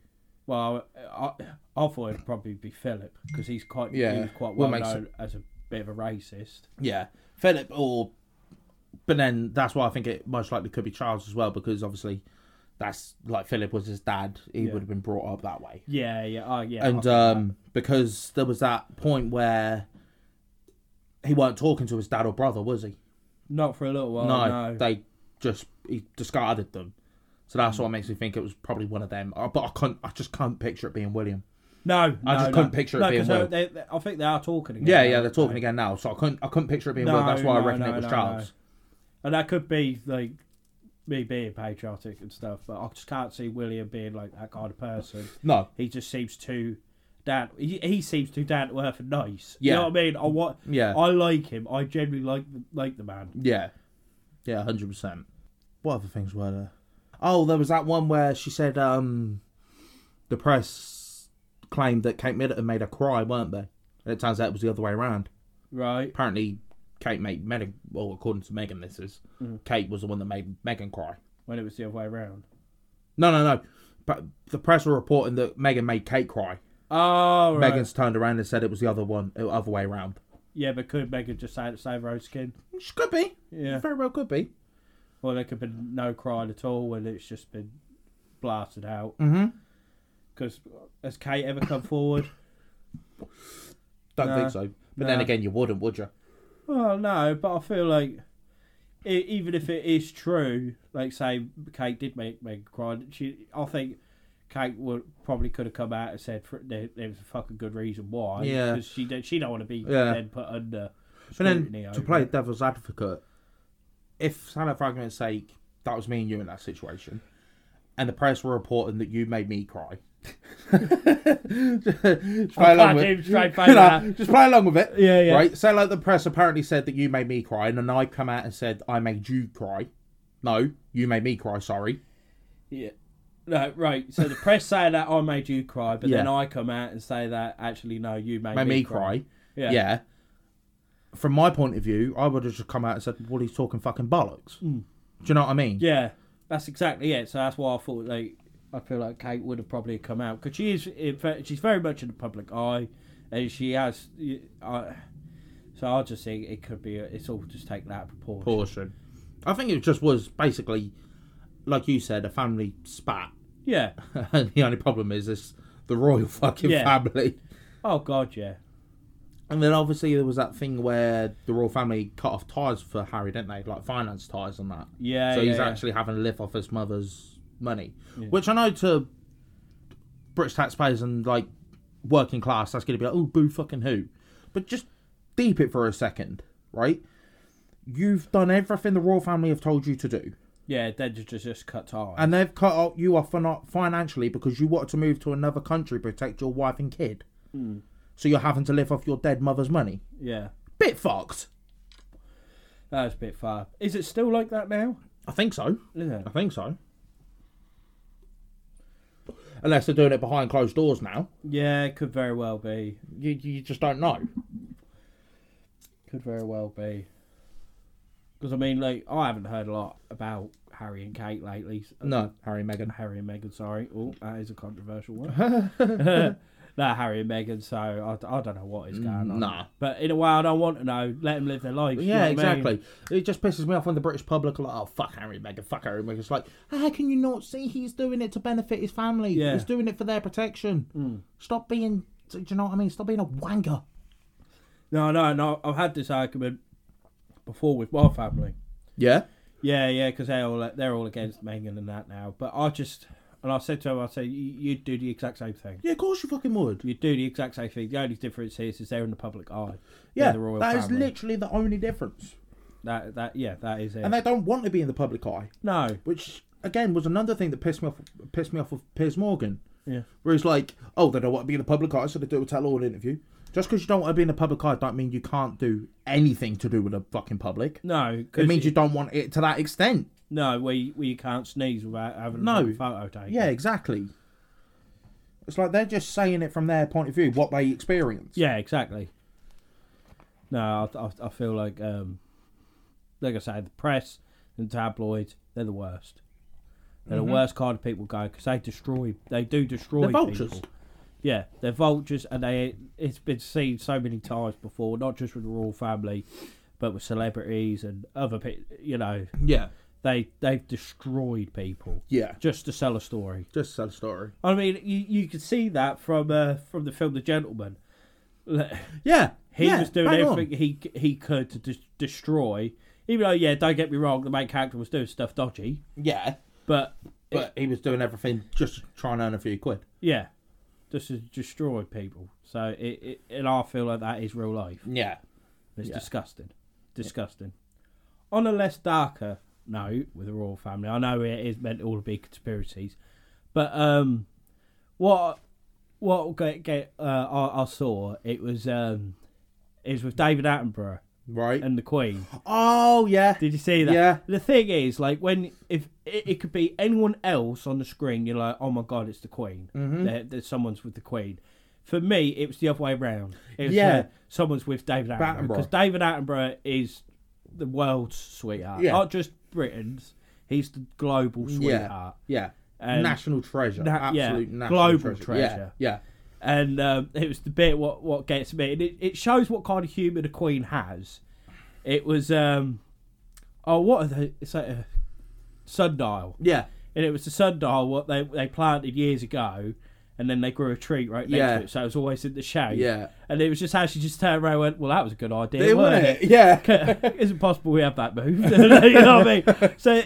A: Well, I, I thought it'd probably be Philip because he's quite
B: Yeah,
A: he was quite well
B: what makes
A: known as a bit of a racist.
B: yeah, Philip or. But then that's why I think it most likely could be Charles as well because obviously, that's like Philip was his dad. He
A: Yeah.
B: would have been brought up that way.
A: Yeah, yeah, oh, yeah. I
B: and
A: think that-
B: um, because there was that point where he weren't talking to his dad or brother, was he?
A: not for a little while.
B: no,
A: Oh, No,
B: they just he discarded them. So that's what makes me think it was probably one of them. Uh, But I can't, I just can't picture it being William.
A: no,
B: I just
A: no, no.
B: couldn't picture it
A: No,
B: being
A: 'cause they-
B: Will.
A: they- they- I think they are talking again.
B: Yeah,
A: now,
B: yeah, they're
A: aren't
B: talking
A: they?
B: again now. So I couldn't, I couldn't picture it being
A: No,
B: Will. That's why I
A: no,
B: reckon
A: no,
B: it was
A: no,
B: Charles.
A: and that could be like me being patriotic and stuff, but I just can't see William being like that kind of person.
B: No,
A: He just seems too down. He, he seems too down to earth and nice.
B: Yeah.
A: You know what I mean? I want.
B: Yeah.
A: I like him. I generally like the, like the man.
B: Yeah. Yeah, hundred percent. What other things were there? Oh, there was that one where she said um the press claimed that Kate Middleton made her cry, weren't they? And it turns out it was the other way around.
A: Right.
B: Apparently Kate made Megan well, according to Megan this is Kate was the one that made Megan cry.
A: When it was the other way around.
B: No no no. But the press were reporting that Megan made Kate cry.
A: Oh right.
B: Megan's turned around and said it was the other one the other way around.
A: Yeah, but could Megan just say it's over her own skin?
B: Which could be.
A: Yeah.
B: Very well could be.
A: Or there could be no crying at all when it's just been blasted out.
B: Mm-hmm.
A: Because has Kate ever come forward?
B: Don't
A: No.
B: think so. But then
A: No.
B: again you wouldn't, would you?
A: Well, no, but I feel like e even if it is true, like say Kate did make Megan cry, she, I think Kate would probably could have come out and said for, there, there was a fucking good reason why.
B: Yeah.
A: 'cause she don't- she don't want to be
B: Yeah.
A: then put under.
B: But
A: scrutiny
B: then to
A: over
B: play
A: it.
B: devil's advocate, if Salah, for argument's sake, that was me and you in that situation, and the press were reporting that you made me cry. just play along
A: can't
B: with
A: even try and find
B: Nah,
A: that.
B: just play along with it.
A: Yeah, yeah.
B: Right. So like the press apparently said that you made me cry, and then I come out and said I made you cry. No, you made me cry. Sorry.
A: Yeah. No, right. So the press say that I made you cry, but then
B: Yeah.
A: I come out and say that actually no, you made,
B: Made me cry.
A: Yeah.
B: yeah. From my point of view, I would have just come out and said, "Well, he's talking fucking bollocks."
A: Mm.
B: Do you know what I mean?
A: Yeah, that's exactly it. So that's why I thought like I feel like Kate would have probably come out because she is in fact, she's very much in the public eye, and she has. I, so I just think it could be it's all just taken out of proportion.
B: portion. I think it just was basically, like you said, a family spat.
A: Yeah.
B: And the only problem is it's the royal fucking
A: Yeah.
B: family.
A: Oh God, yeah.
B: And then obviously there was that thing where the royal family cut off ties for Harry, didn't they? Like finance ties and that.
A: Yeah.
B: so
A: yeah,
B: he's
A: yeah.
B: actually having to live off his mother's money, which I know to British taxpayers and like working class, that's going to be like, oh, boo, fucking who? But just deep it for a second, right? You've done everything the royal family have told you to do.
A: yeah. Then you just just cut ties.
B: and they've cut off you off for not financially because you want to move to another country to protect your wife and kid.
A: Hmm.
B: So you're having to live off your dead mother's money.
A: yeah.
B: Bit fucked.
A: That was a bit far. Is it still like that now?
B: I think so.
A: Is it?
B: I think so. Unless they're doing it behind closed doors now,
A: Yeah, it could very well be.
B: you you just don't know.
A: Could very well be. Because I mean, like I haven't heard a lot about Harry and Kate lately.
B: No, Harry, Meghan.
A: Harry and Meghan, sorry. Oh, that is a controversial one. no, Harry and Meghan, so I, I don't know what is going on.
B: nah.
A: But in a way, I don't want to know. Let them live their lives. you know
B: Yeah,
A: what I mean?
B: exactly. It just pisses me off when the British public are like, "Oh fuck Harry and Meghan, fuck Harry and Meghan." It's like, how can you not see he's doing it to benefit his family?
A: Yeah. Hmm.
B: He's doing it for their protection. Stop being, do you know what I mean? Stop being a wanker.
A: No, no, no. I've had this argument before with my family.
B: Yeah.
A: Yeah, yeah, because they're all, they're all against Meghan and that now. But I just, and I said to them, I said, "You- you'd do the exact same thing.
B: Yeah, of course you fucking would.
A: You'd do the exact same thing. The only difference is, is they're in the public eye. They're
B: Yeah,
A: the royal
B: that is
A: family.
B: literally the only difference.
A: that, that, yeah, that is it.
B: And they don't want to be in the public eye,
A: no,
B: which again was another thing that pissed me off. Pissed me off with Piers Morgan,
A: yeah.
B: where he's like, "Oh, they don't want to be in the public eye, so they do a tell-all interview." Just because you don't want to be in the public eye, don't mean you can't do anything to do with the fucking public.
A: No, 'cause
B: It means you don't want it to that extent.
A: No, we we can't sneeze without having
B: No.
A: a photo taken.
B: Yeah, exactly. It's like they're just saying it from their point of view, what they experience.
A: yeah, exactly. No, I, I, I feel like, um, like I say, the press and tabloids, they're the worst. They're the worst kind of people go because they destroy. They do destroy.
B: Mm-hmm. They're vultures.
A: People. Yeah, they're vultures, and they it's been seen so many times before, not just with the royal family, but with celebrities and other people. You know,
B: Yeah,
A: they they've destroyed people
B: yeah.
A: just to sell a story.
B: Just sad story.
A: I mean, you, you could see that from uh, from the film The Gentleman. Like,
B: Yeah,
A: He
B: yeah,
A: was doing
B: bang on.
A: everything he he could to de- destroy. Even though, yeah, don't get me wrong, the main character was doing stuff dodgy,
B: Yeah,
A: but
B: but he was doing everything just to try and earn a few quid.
A: yeah, just to destroy people. So it, it and I feel like that is real life.
B: Yeah,
A: It's
B: Yeah.
A: disgusting, disgusting. On a less darker note, with the royal family, I know it is meant all to be conspiracies, but um, what what get, get uh, I, I saw it was um, it was with David Attenborough
B: Right.
A: and the Queen.
B: oh yeah.
A: Did you see that?
B: Yeah.
A: The thing is, like, when if it, it could be anyone else on the screen, you're like, oh my god, it's the Queen.
B: Mm-hmm.
A: There, there's someone's with the Queen. For me, it was the other way around. It was,
B: Yeah.
A: uh, someone's with David Attenborough
B: Attenborough.
A: because David Attenborough is the world's sweetheart,
B: Yeah.
A: not just Britain's. He's the global sweetheart.
B: Yeah.
A: And-
B: national treasure.
A: Na- yeah,
B: Absolute national
A: global
B: Yeah,
A: treasure.
B: Yeah.
A: and um, it was the bit what what gets me, and it, it shows what kind of humour the Queen has. It was um, oh what are they? It's like a sundial,
B: Yeah.
A: and it was the sundial what they they planted years ago, and then they grew a tree right next
B: Yeah.
A: to it, so it was always in the shade.
B: Yeah.
A: and it was just how she just turned around, and went, well that was a good idea,
B: They
A: wasn't
B: were.
A: it?
B: Yeah.
A: Is it possible we have that moved? you know what I mean? So.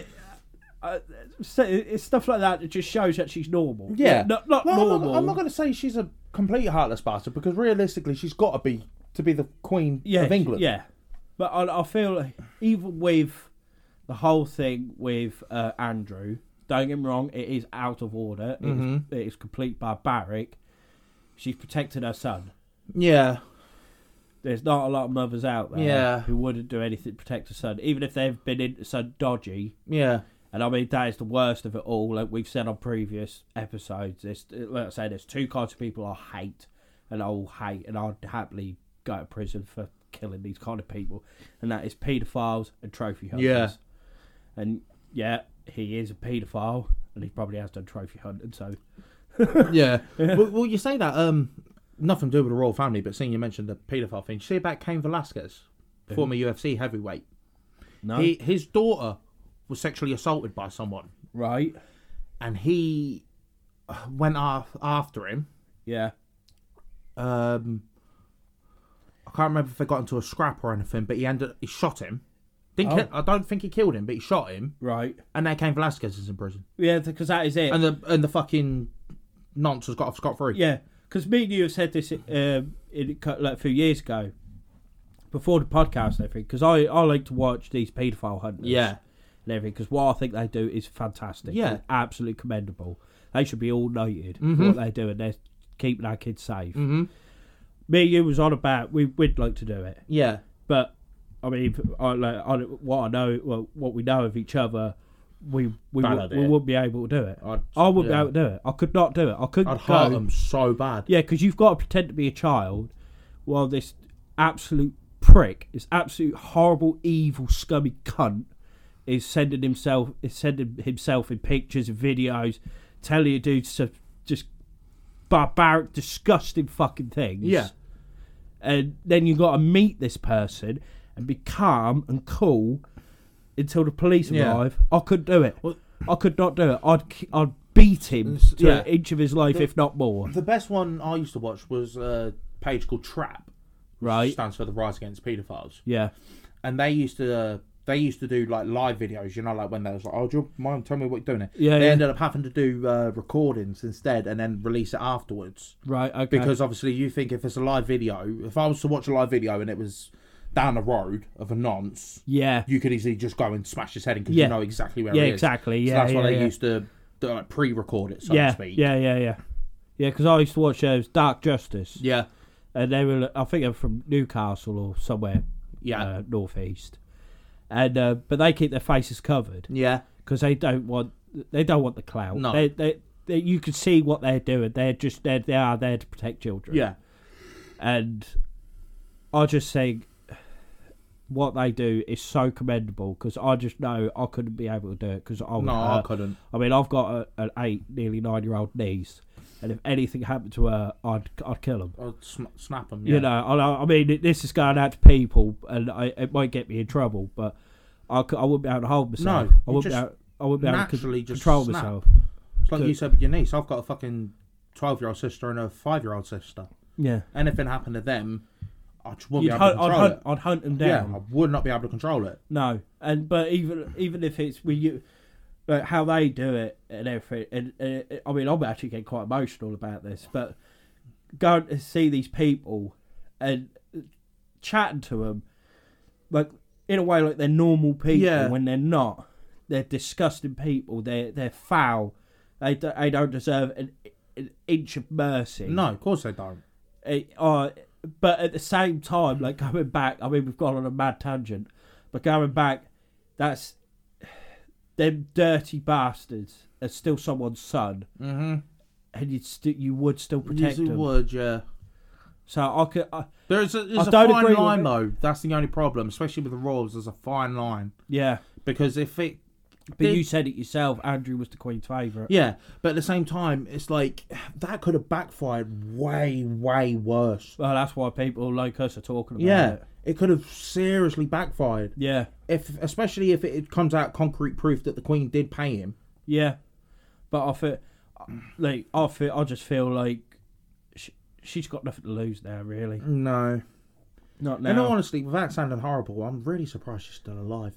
A: Uh, so it's stuff like that that just shows that she's normal.
B: Yeah.
A: not, not
B: Well, I'm
A: normal.
B: I'm not going to say she's a complete heartless bastard because realistically, she's got to be to be the queen of England.
A: Yeah, but I, I feel like even with the whole thing with uh, Andrew, don't get me wrong, it is out of order. It is
B: Mm-hmm.
A: it is complete barbaric. She's protected her son.
B: Yeah.
A: There's not a lot of mothers out there
B: Yeah.
A: who wouldn't do anything to protect her son, even if they've been into some dodgy.
B: Yeah.
A: And I mean that is the worst of it all. Like we've said on previous episodes, there's like I say, there's two kinds of people I hate, and I will hate, and I'd happily go to prison for killing these kind of people, and that is paedophiles and trophy hunters.
B: Yeah.
A: And yeah, he is a paedophile, and he probably has done trophy hunting. So
B: yeah. well, well, you say that um, nothing to do with the royal family, but seeing you mentioned the paedophile thing, you see about Cain Velasquez, former UFC heavyweight.
A: no,
B: He, his daughter was sexually assaulted by someone,
A: right?
B: and he uh, went af- after him.
A: Yeah,
B: Um, I can't remember if they got into a scrap or anything, but he ended he shot him. Didn't
A: Oh.
B: kill, I don't think he killed him, but he shot him,
A: right.
B: and now Cain Velasquez is in prison,
A: Yeah, because that is it.
B: and the and the fucking nonce has got off scot free.
A: Yeah, because me and you have said this um, in, like a few years ago, before the podcast and everything. Because I, I like to watch these paedophile hunters.
B: Yeah.
A: and everything. Because what I think they do is fantastic.
B: Yeah. Mm-hmm.
A: and absolutely commendable. They should be all noted for what they do, and they're keeping our kids safe. Me and you was on about we would like to do it,
B: yeah,
A: but I mean, I, like, I, what I know, well, what we know of each other. We we,
B: Bad
A: wou- we
B: idea.
A: wouldn't be able to do it.
B: I'd-
A: I uh, wouldn't
B: yeah.
A: be able to do it. I could not do it. I couldn't
B: I'd
A: go.
B: hurt him so bad.
A: Yeah, because you've got to pretend to be a child while this absolute prick, this absolute horrible, evil, scummy cunt, is sending himself is sending himself in pictures and videos, telling you dudes to just barbaric, disgusting fucking things.
B: Yeah.
A: And then you got to meet this person and be calm and cool until the police
B: Yeah.
A: arrive. I couldn't do it.
B: Well-
A: I could not do it. I'd ki- I'd beat him to
B: yeah.
A: an inch of his life, if not more.
B: The best one I used to watch was a page called Trap, which
A: Right.
B: Stands for the Rise Against Pedophiles,
A: Yeah.
B: and they used to uh, they used to do like live videos. You know, like when they was like, "Oh, do you mind? Tell me what you're doing." Here?
A: Yeah,
B: They
A: yeah.
B: ended up having to do uh, recordings instead, and then release it afterwards.
A: Right. Okay.
B: Because obviously, you think if it's a live video, if I was to watch a live video and it was down the road of a nonce,
A: yeah.
B: you could easily just go and smash his head in because
A: Yeah.
B: you know exactly where
A: Yeah,
B: it is.
A: exactly.
B: So
A: Yeah,
B: that's why
A: yeah,
B: they
A: yeah.
B: used to do, like, pre-record it, so
A: yeah,
B: to speak.
A: yeah. Yeah. Yeah. Yeah. Because I used to watch shows Dark Justice,
B: yeah,
A: and they were I think they're from Newcastle or somewhere,
B: Yeah.
A: uh, northeast, and uh, but they keep their faces covered
B: yeah.
A: because they don't want they don't want the clout.
B: Mm. No.
A: They, they, they, you can see what they're doing. They're just they're, they are there to protect children.
B: yeah.
A: and I just think what they do is so commendable because I just know I couldn't be able to do it Uh, because I would
B: No, I
A: hurt.
B: couldn't.
A: I mean, I've got a, an eight, nearly nine year old niece, and if anything happened to her, I'd I'd kill him.
B: I'd sm- snap them.
A: You know, I, I mean, this is going out to people, and I, it might get me in trouble, but I, cou- I wouldn't be able to hold myself. I
B: No, you
A: wouldn't be
B: just
A: able, I wouldn't be able to
B: naturally
A: con-
B: just
A: control
B: snap.
A: myself.
B: it's like you said with your niece. I've got a fucking twelve-year-old sister and a five-year-old sister.
A: Yeah,
B: Anything happened to them, I just wouldn't
A: You'd
B: be able
A: hunt,
B: to
A: I'd,
B: control
A: hunt,
B: it.
A: I'd hunt them
B: Yeah,
A: down.
B: I would not be able to control it.
A: No, and but even even if it's we you, like how they do it and everything, and, and it- I mean I'm actually getting quite emotional about this, but going to see these people and chatting to them, like in a way like they're normal people
B: Yeah.
A: when they're not, they're disgusting people. They're they're foul. They do, they don't deserve an an inch of mercy.
B: No, of course they don't.
A: It, uh, but at the same time, like going back, I mean, we've gone on a mad tangent, but going back, that's them dirty bastards are still someone's son,
B: Mm-hmm.
A: and you'd st- you would still protect them.
B: would, yeah.
A: So I could, uh, I,
B: There's a,
A: I
B: there's a
A: don't agree
B: fine
A: with
B: line
A: it.
B: though. That's the only problem, especially with the Royals. There's a fine line
A: yeah.
B: because if it,
A: But
B: Did-
A: you said it yourself. Andrew was the Queen's favourite.
B: yeah, but at the same time, it's like that could have backfired way, way worse.
A: Well, that's why people like us are talking about
B: Yeah,
A: it.
B: it could have seriously backfired.
A: Yeah,
B: If especially if it comes out concrete proof that the Queen did pay him.
A: yeah. But I feel, like, I feel, I just feel like she, she's got nothing to lose now, really.
B: No,
A: Not
B: and
A: now.
B: honestly, without sounding horrible, I'm really surprised she's still alive.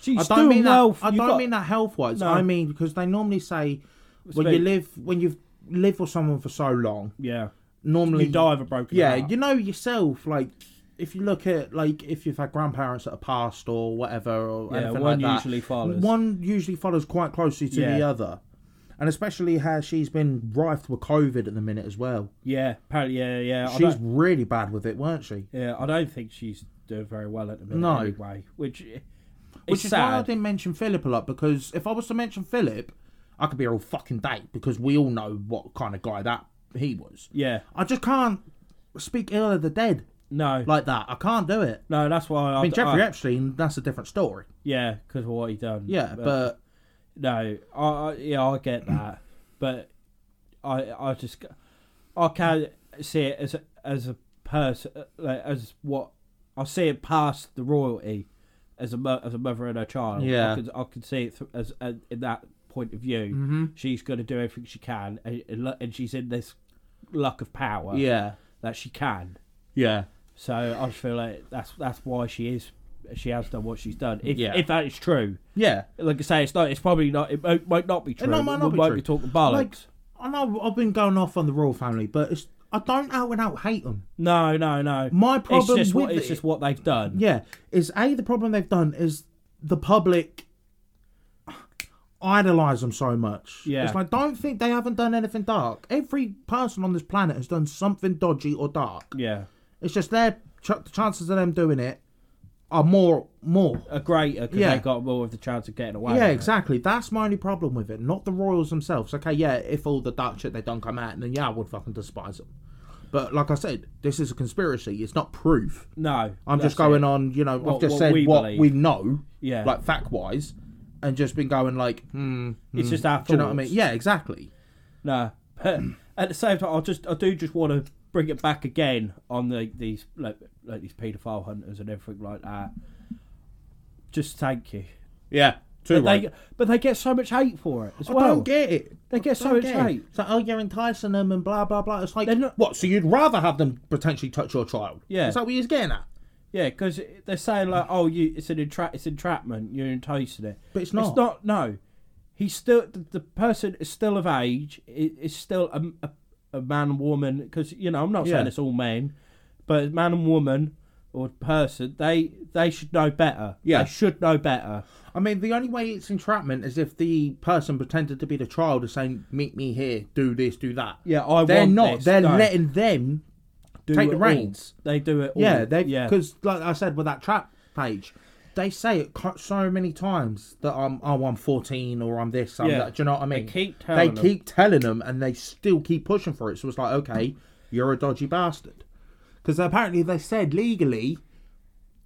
A: She's
B: I
A: doing
B: don't mean
A: well.
B: that. I
A: You
B: don't
A: got-
B: mean that health wise.
A: No.
B: I mean because they normally say when
A: Speak.
B: you live when you've lived with someone for so long,
A: Yeah.
B: normally
A: You die of a broken
B: Yeah,
A: heart.
B: you know yourself. Like if you look at like if you've had grandparents that are passed or whatever or
A: Yeah,
B: anything
A: one
B: like that,
A: usually follows.
B: One usually follows quite closely to the
A: Yeah.
B: other, and especially how she's been rife with COVID at the minute as well.
A: Yeah, apparently, yeah, yeah. I
B: She's
A: don't,
B: really bad with it, weren't she?
A: yeah, I don't think she's doing very well at the minute
B: No.
A: anyway, which i-
B: Which
A: it's
B: is why I
A: sad.
B: didn't mention Philip a lot because if I was to mention Philip, I could be here all fucking day because we all know what kind of guy that he was.
A: yeah,
B: I just can't speak ill of the dead
A: no,
B: like that. I can't do it.
A: no, that's why.
B: I mean, Jeffrey
A: I,
B: Epstein, that's a different story.
A: yeah, because of what he done.
B: Yeah, but,
A: no, I, I yeah, I get that, but I, I just, I can see it as a, as a person, like as what I see it past the royalty, as a mo- as a mother and her child.
B: Yeah.
A: I can I can see it th- as, as in that point of view.
B: Mm-hmm.
A: She's going to do everything she can, and, and lu- and she's in this luck of power
B: yeah,
A: that she can.
B: yeah,
A: So I just feel like that's that's why she is she has done what she's done. If
B: Yeah.
A: if that is true,
B: yeah.
A: like I say, it's not. It's probably not. It might, might not be true.
B: not- might not
A: we
B: be
A: might
B: true.
A: be talking bollocks.
B: Like, I know I've been going off on the royal family, but it's I don't out and out hate them.
A: no, no, no.
B: My
A: it's
B: problem
A: just
B: with
A: what it's
B: it-
A: just what they've done.
B: yeah, is a the problem they've done is the public idolize them so much.
A: Yeah.
B: it's like don't think they haven't done anything dark. Every person on this planet has done something dodgy or dark.
A: yeah.
B: It's just their ch- the chances of them doing it are more more.
A: A greater because
B: Yeah.
A: they got more of the chance of getting away.
B: Yeah,
A: with it.
B: exactly. That's my only problem with it. Not the Royals themselves. Okay, yeah, if all the dark shit they don't come out, then yeah, I would fucking despise them. But like I said, this is a conspiracy. It's not proof.
A: No,
B: I'm just
A: that's it.
B: going on, you know,
A: What-
B: I've just
A: what
B: said
A: we
B: what
A: believe.
B: we know,
A: Yeah.
B: like fact wise, and just been going like, hmm.
A: It's
B: hmm.
A: just our
B: Do you know what I mean?
A: thoughts.
B: Yeah, exactly.
A: No, but at the same time, I just I do just want to bring it back again on the these like, like these paedophile hunters and everything like that. Just thank you.
B: Yeah, too
A: But they but they get so much hate for it as
B: I
A: well.
B: don't get it.
A: They get so
B: Don't get it.
A: hate.
B: It's like, oh, you're enticing them and blah blah blah. It's like,
A: They're not-
B: what? So you'd rather have them potentially touch your child?
A: Yeah.
B: Is that what you're getting at?
A: Yeah, because they're saying like, "Oh, you, it's an entra- it's entrapment. You're enticing it."
B: But it's not.
A: It's not. No, he's still the, the person is still of age. It, it's still a, a, a man, woman. Because you know, I'm not saying
B: Yeah.
A: it's all men, but man and woman or person, they they should know better.
B: Yeah.
A: they should know better.
B: I mean, the only way it's entrapment is if the person pretended to be the child is saying, "Meet me here, do this, do that."
A: Yeah, I
B: they're
A: want
B: not.
A: this.
B: They're
A: No.
B: letting them.
A: Do
B: Take
A: it
B: the
A: all.
B: reins.
A: They do it. All.
B: Yeah, they
A: yeah.
B: because like I said with that trap page, they say it co- so many times that I'm oh I'm 14 or I'm this. I'm
A: Yeah.
B: that. Do you know what I
A: They
B: mean?
A: keep
B: They
A: telling them.
B: keep telling them, and they still keep pushing for it. So it's like, okay, you're a dodgy bastard. Because apparently they said legally,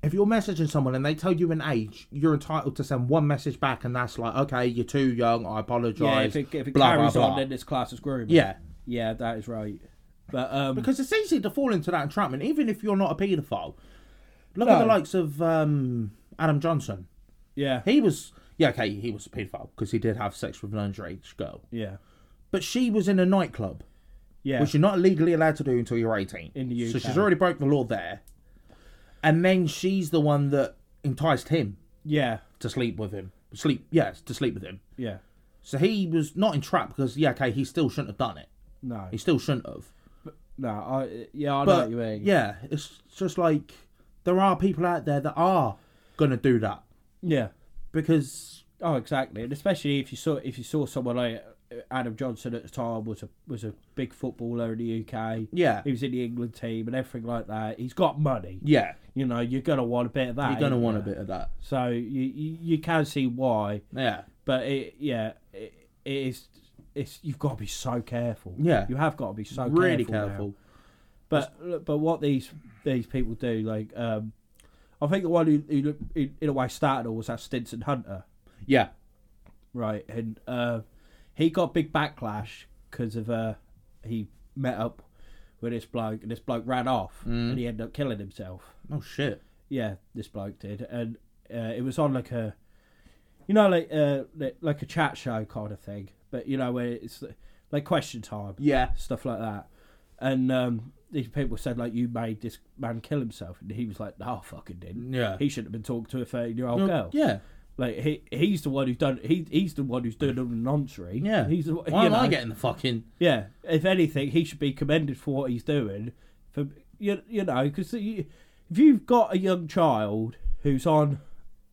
B: if you're messaging someone and they tell you an age, you're entitled to send one message back, and that's like, okay, you're too young. I apologize.
A: yeah. If it, if it
B: blah,
A: carries
B: blah, blah.
A: on, then this class is grooming.
B: yeah.
A: yeah, that is right. But um,
B: Because it's easy to fall into that entrapment, even if you're not a paedophile. Look
A: No.
B: at the likes of um, Adam Johnson.
A: yeah,
B: He was, yeah, okay, he was a paedophile because he did have sex with an underage girl.
A: yeah,
B: But she was in a nightclub,
A: yeah.
B: which you're not legally allowed to do until you're 18.
A: In the
B: So
A: UK.
B: she's already broke the law there. And then she's the one that enticed him
A: yeah,
B: to sleep with him. Sleep, yes, to sleep with him.
A: yeah.
B: So he was not entrapped because, yeah, okay, he still shouldn't have done it.
A: No,
B: He still shouldn't have.
A: No, I yeah, I know
B: But
A: what you mean.
B: yeah, it's just like there are people out there that are gonna do that
A: yeah.
B: because
A: Oh, exactly, and especially if you saw if you saw someone like Adam Johnson at the time was a was a big footballer in the UK.
B: Yeah.
A: He was in the England team and everything like that. He's got money.
B: Yeah.
A: You know, you're gonna want a bit of that.
B: You're going to
A: ain't
B: want a
A: you?
B: bit of that.
A: So you you, you can see why,
B: Yeah.
A: but it yeah it, it is it's you've got to be so careful.
B: Yeah.
A: you have got to be so
B: really
A: now.
B: careful.
A: But but what these these people do like um, I think the one who, who look- in, in a way started all was that Stinson Hunter,
B: Yeah.
A: right? And uh, he got big backlash because of uh, he met up with this bloke and this bloke ran off and he ended up killing himself.
B: Oh, shit.
A: Yeah, this bloke did, and uh, it was on like a, you know, like uh, li- like a chat show kind of thing, but you know where it's like question time,
B: Yeah.
A: stuff like that, and um, these people said like you made this man kill himself, and he was like, no, I fucking didn't.
B: Yeah.
A: He shouldn't have been talking to a thirteen-year-old
B: No,
A: girl.
B: Yeah.
A: Like he, he's the one who's done. He, he's the one who's doing all the nonsense.
B: Yeah.
A: he's the one.
B: Why
A: you
B: am I
A: know.
B: getting the fucking.
A: Yeah, if anything, he should be commended for what he's doing. For you, you know, because if you've got a young child who's on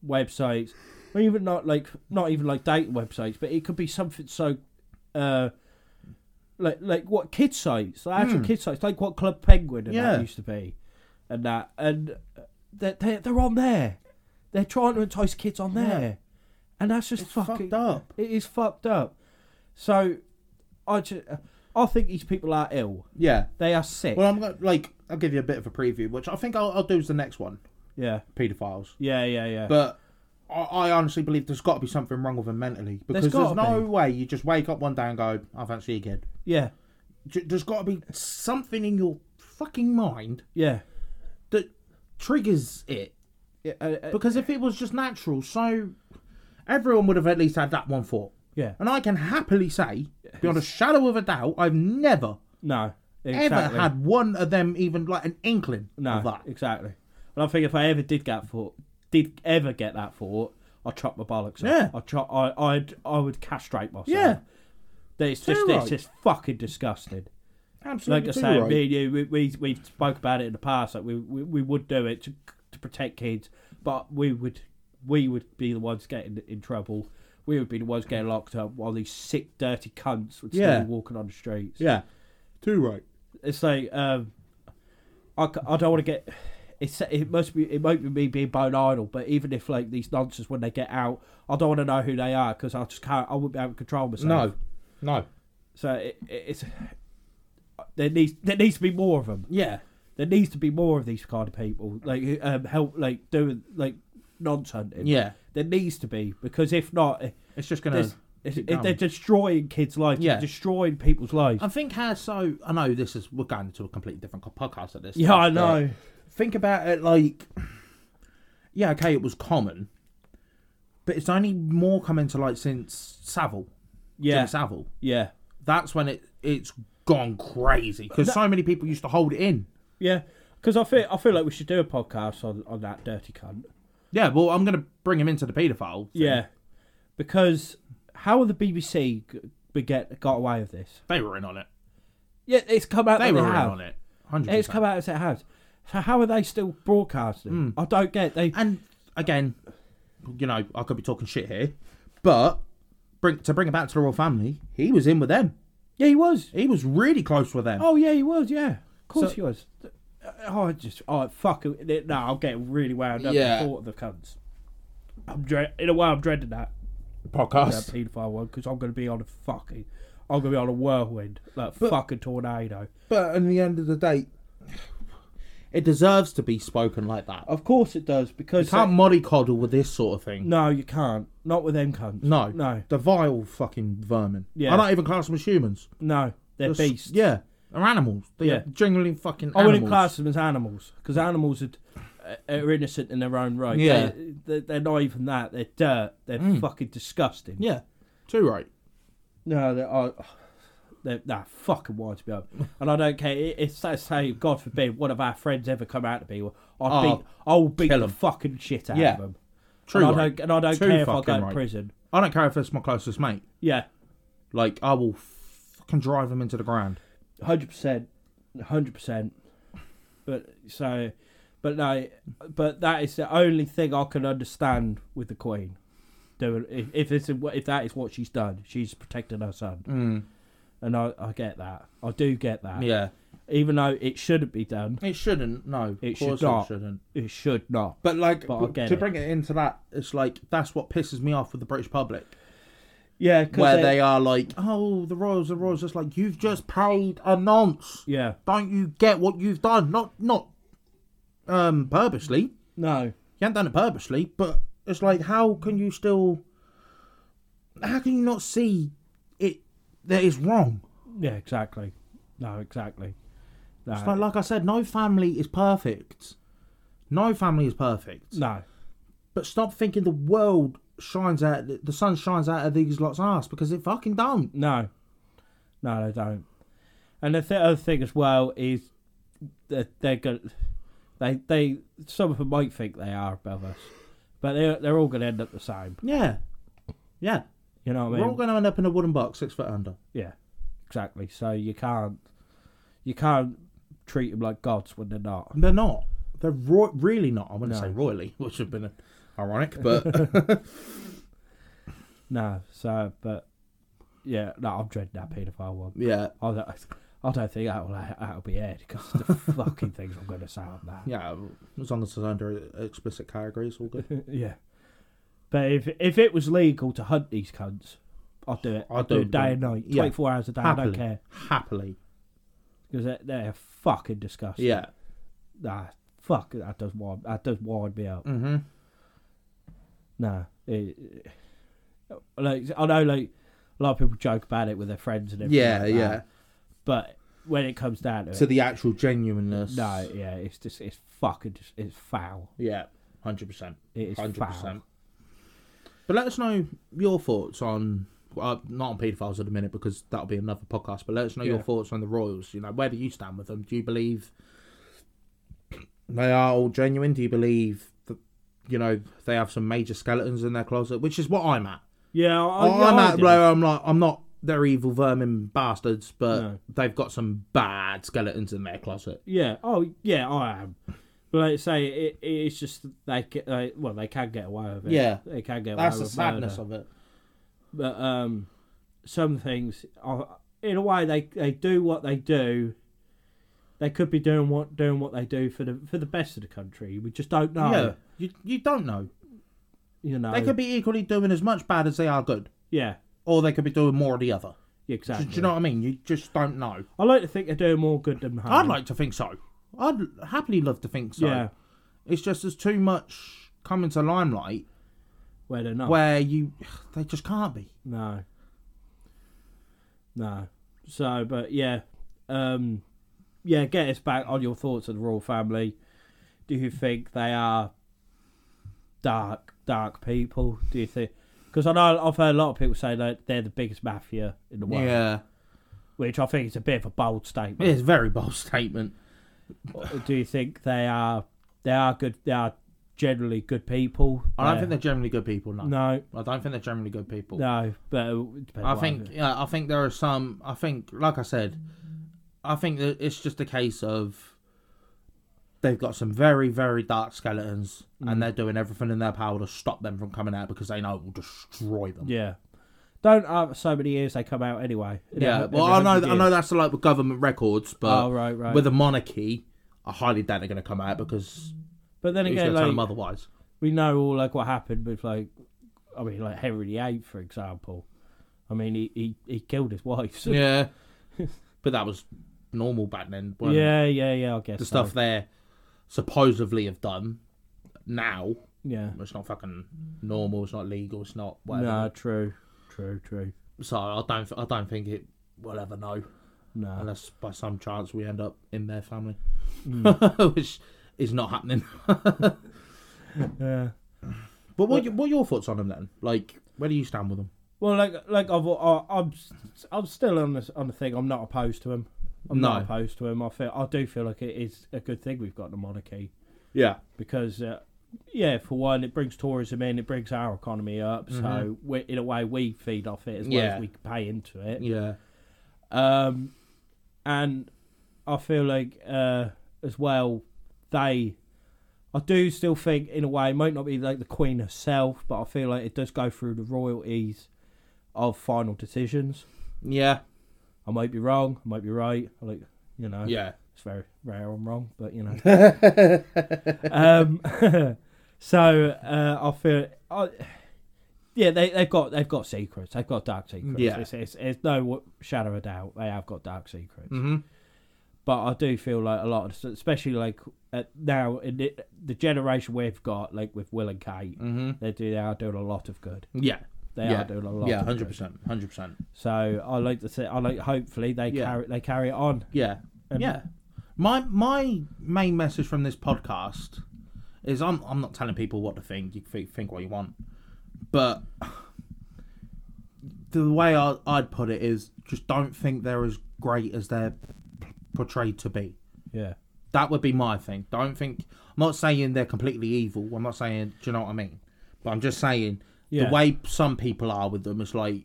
A: websites, or even not like not even like dating websites, but it could be something so, uh, like like what kids sites, like actual kids sites, like what Club Penguin and
B: Yeah.
A: that used to be, and that, and they're they're, they're on there. They're trying to entice kids on there, and that's just fucking
B: fucked up.
A: It is fucked up. So, I just, I think these people are ill.
B: Yeah.
A: They are sick.
B: Well, I'm going to, like, I'll give you a bit of a preview, which I think I'll, I'll do as the next one
A: yeah,
B: paedophiles.
A: yeah, yeah, yeah.
B: But I, I honestly believe there's got to be something wrong with him mentally because there's,
A: gotta
B: no
A: be.
B: way you just wake up one day and go, I fancy a kid.
A: yeah,
B: J- There's got to be something in your fucking mind
A: yeah,
B: that triggers it.
A: yeah, uh, uh,
B: Because if it was just natural, so everyone would have at least had that one thought.
A: yeah.
B: And I can happily say, beyond a shadow of a doubt, I've never,
A: No,
B: ever
A: exactly.
B: had one of them even like an inkling
A: no,
B: of that.
A: exactly. And I think if I ever did get thought, did ever get that thought, I'd chop my bollocks.
B: Yeah.
A: off. I'd chop. I, I'd, I would castrate myself.
B: Yeah.
A: That it's just,
B: Too
A: it's just fucking disgusting.
B: Absolutely.
A: Like I say, me and you, we, we we've spoke about it in the past. Like we, we, we would do it to, to protect kids, but we would we would be the ones getting in trouble. We would be the ones getting locked up while these sick, dirty cunts would still
B: Yeah.
A: be walking on the streets.
B: yeah. Too right.
A: It's like um, I, c- I don't want to get. It's it must be it might be me being bone idle, but even if like these nonsense when they get out, I don't want to know who they are because I just can't. I wouldn't be able to control myself.
B: No. No.
A: So it, it, it's there needs there needs to be more of them
B: Yeah.
A: there needs to be more of these kind of people like who, um, help like doing like nonce hunting
B: Yeah.
A: there needs to be because if not eh,
B: It's just going
A: there's-
B: to.
A: if,
B: keep
A: if they're
B: going.
A: destroying kids lives
B: Yeah.
A: destroying people's lives
B: I think how so. I know this is. We're going into a completely different co- podcast at this.
A: yeah i
B: stage,
A: know
B: but Think about it like. Yeah, okay, it was common. But it's only more come into light since Savile.
A: yeah
B: Jim Savile.
A: yeah
B: That's when it, it's gone crazy. Because so many people used to hold it in.
A: yeah because i feel i feel like we should do a podcast on on that dirty cunt
B: Yeah, well, I'm going to bring him into the paedophile. thing.
A: yeah because how will the bbc g- be get got away with this
B: They were in on it.
A: yeah it's come out
B: They
A: that
B: were
A: they
B: in
A: have.
B: on it. 100%.
A: it's come out as it has so how are they still
B: Hmm.
A: broadcasting i don't get they
B: and again, you know, I could be talking shit here, but bring to bring it back to the royal family, he was in with them.
A: yeah he was
B: He was really close with them.
A: Oh yeah, he was. Yeah, of course
B: So-
A: he was. Oh, I just oh fuck. it- No, I'm getting really wound up. Yeah.
B: Yeah.
A: The thought of the cunts. I'm dread. In a way, I'm dreading that that
B: podcast.
A: paedophile one because I'm going to be on a fucking. I'm going to be on a whirlwind, like fucking tornado.
B: But in the end of the day, it deserves to be spoken like that.
A: Of course it does because
B: Can't mollycoddle with this sort of thing.
A: no, you can't. Not with them cunts.
B: No,
A: no,
B: the vile fucking vermin.
A: Yeah.
B: I don't even class them as humans.
A: no. They're
B: They're s-
A: beasts.
B: Yeah, they're animals. They
A: Yeah.
B: are genuinely fucking.
A: I
B: animals.
A: wouldn't class them as animals because animals are, are innocent in their own right.
B: Yeah.
A: They- they're, they're not even that. They're dirt. They're fucking disgusting.
B: Yeah, too right.
A: No, they are. They're, nah, fucking wild to be honest. And I don't care. i- If say, say, God forbid, one of our friends ever come out to me, I'll
B: Oh,
A: beat, I'll beat
B: kill
A: the
B: 'em.
A: fucking shit out
B: Yeah.
A: of them.
B: True.
A: and I
B: right.
A: don't, and I don't
B: Too
A: care if I go
B: fucking
A: to
B: right.
A: prison.
B: I don't care if it's my closest mate.
A: Yeah,
B: Like I will fucking drive them into the ground.
A: hundred percent, hundred percent. But so, but no, but that is the only thing I can understand with the Queen. doing if if, it's, if that is what she's done, she's protecting her son,
B: Mm.
A: and I, I get that. I do get that.
B: Yeah,
A: Even though it shouldn't be done,
B: it shouldn't. No,
A: It
B: of
A: should
B: course
A: not.
B: It shouldn't.
A: it should not.
B: But like
A: But I
B: w-
A: get
B: to
A: it.
B: bring it into that, it's like that's what pisses me off with the British public,
A: Yeah, 'cause
B: where they, are like, "Oh, the Royals, the Royals," it's like you've just paid a nonce.
A: Yeah.
B: Don't you get what you've done? Not not um purposely. You
A: No.
B: haven't done it purposely, but it's like how can you still? How can you not see it that is wrong?
A: Yeah. Exactly. No. Exactly. No.
B: It's like, like I said, no family is perfect. No family is perfect.
A: no.
B: But stop thinking the world shines out, the sun shines out of these lots' ass because it fucking don't.
A: No, no, they don't. And the th- other thing as well is that they're going. They they some of them might think they are above us, but they're they're all going to end up the same.
B: Yeah, yeah.
A: You know what I
B: We're
A: mean?
B: all going to end up in a wooden box, six foot under.
A: Yeah, exactly. So you can't you can't treat them like gods when they're not.
B: And they're not. They're ro- really not. I
A: No.
B: wouldn't say royally, which would have been ironic, but
A: No. So, but yeah, no, I'm dreading that paedophile one.
B: yeah,
A: I don't, I don't think that will that'll be aired because the fucking things I'm going to say on that.
B: yeah. As long as it's under explicit category, it's all good.
A: Yeah. But if if it was legal to hunt these cunts, I'd do it.
B: I'd
A: I'd do
B: do
A: it day
B: it.
A: and night,
B: Yeah.
A: 24 hours a day. I
B: Happily,
A: don't care.
B: happily.
A: Because they're, they're fucking disgusting.
B: Yeah.
A: Nah, fuck, that does wind, that does wind me up.
B: Mm-hmm.
A: Nah. It, it- like, I know like a lot of people joke about it with their friends and everything.
B: Yeah,
A: like that,
B: yeah.
A: But when it comes down to
B: To
A: it,
B: the actual genuineness.
A: no, yeah, it's just, it's fucking, just, it's foul.
B: Yeah, hundred percent.
A: It is
B: hundred percent.
A: foul.
B: But let us know your thoughts on uh, not on paedophiles at the minute because that'll be another podcast. But let us know your
A: Yeah.
B: thoughts on the Royals. You know, where do you stand with them? Do you believe they are all genuine? Do you believe that you know they have some major skeletons in their closet? Which is what I'm at.
A: Yeah, I,
B: I'm
A: Oh, yeah, I
B: at
A: do.
B: where I'm like I'm not they're evil vermin bastards, but
A: No.
B: they've got some bad skeletons in their closet.
A: Yeah. Oh, yeah. I am. But like I say, it, it's just they, ca- they well they can get away with it.
B: Yeah.
A: they can get away
B: That's the
A: with
B: sadness
A: murder.
B: of it.
A: But um, some things are in a way they they do what they do. They could be doing what doing what they do for the for the best of the country. We just don't know.
B: Yeah, you you don't know.
A: You know.
B: They could be equally doing as much bad as they are good,
A: Yeah.
B: or they could be doing more of the other. Do,
A: Exactly.
B: do you know what I mean? You just don't know.
A: I like to think they're doing more good than harm.
B: I'd like to think so. I'd happily love to think so.
A: Yeah.
B: It's just there's too much coming to limelight
A: Where they're not.
B: where you they just can't be.
A: No. No. So, but yeah, um, yeah. Get us back on your thoughts of the royal family. Do you think they are dark, dark people? Do you think? Because I know I've heard a lot of people say that they're the biggest mafia in the world,
B: Yeah,
A: which I think is a bit of a bold statement.
B: it's a very bold statement.
A: Do you think they are? They are good. They are generally good people.
B: I don't think they're generally good people. No,
A: no,
B: I don't think they're generally good people.
A: no. But it depends
B: I
A: what
B: think yeah, I think there are some. I think, like I said, I think that it's just a case of they've got some very very dark skeletons,
A: Mm.
B: and they're doing everything in their power to stop them from coming out because they know it will destroy them.
A: Yeah. Don't have so many years they come out anyway.
B: Yeah, well, I know, I know that's like with government records, but
A: Oh, right, right.
B: with a monarchy, I highly doubt they're going to come out because
A: But then
B: who's going
A: again,
B: to tell them
A: like,
B: otherwise?
A: we know all like what happened with like, I mean, like Henry VIII, for example. I mean, he he, he killed his wife.
B: Yeah, but that was normal back then. weren't it?
A: yeah, yeah, yeah. I guess
B: the
A: so.
B: stuff they supposedly have done now
A: Yeah.
B: It's not fucking normal. It's not legal. It's not whatever.
A: No, true, true, true.
B: So I don't. I don't think it will ever know
A: No,
B: unless by some chance we end up in their family,
A: Hmm.
B: which is not happening.
A: yeah.
B: But what? What are your thoughts on them then? Like, where do you stand with them?
A: Well, like, like I've, I- I'm, s- I'm still on this on the thing. I'm not opposed to him. I'm not
B: No.
A: opposed to him. I feel, I do feel like it is a good thing we've got the monarchy.
B: Yeah.
A: because uh, yeah, for one, it brings tourism in, it brings our economy up. So we, in a way, we feed off it as well
B: Yeah.
A: as we pay into it.
B: Yeah.
A: Um, and I feel like uh, as well, they I do still think, in a way, it might not be like the Queen herself, but I feel like it does go through the royalties of final decisions.
B: Yeah,
A: I might be wrong, I might be right. I Like you know,
B: yeah.
A: it's very rare I'm wrong, but you know. um, so uh, I feel, I, yeah, they they've got they've got secrets. They've got dark secrets.
B: Yeah.
A: It's, it's, it's no shadow of a doubt. They have got dark secrets
B: hmm
A: but I do feel like a lot of, especially like at now in the, the generation we've got, like with Will and Kate,
B: hmm
A: they do they are doing a lot of good.
B: Yeah,
A: They
B: yeah,
A: are doing a lot.
B: yeah,
A: of
B: hundred
A: good.
B: percent, hundred percent.
A: So I like to say, I like hopefully they
B: Yeah.
A: carry they carry it on.
B: Yeah,
A: And-
B: yeah. My my main message from this podcast is I'm I'm not telling people what to think. You can think, think what you want, but the way I, I'd put it is just don't think they're as great as they're p- portrayed to be.
A: Yeah,
B: That would be my thing. Don't think. I'm not saying they're completely evil. I'm not saying. Do you know what I mean? But I'm just saying
A: Yeah.
B: the way some people are with them is like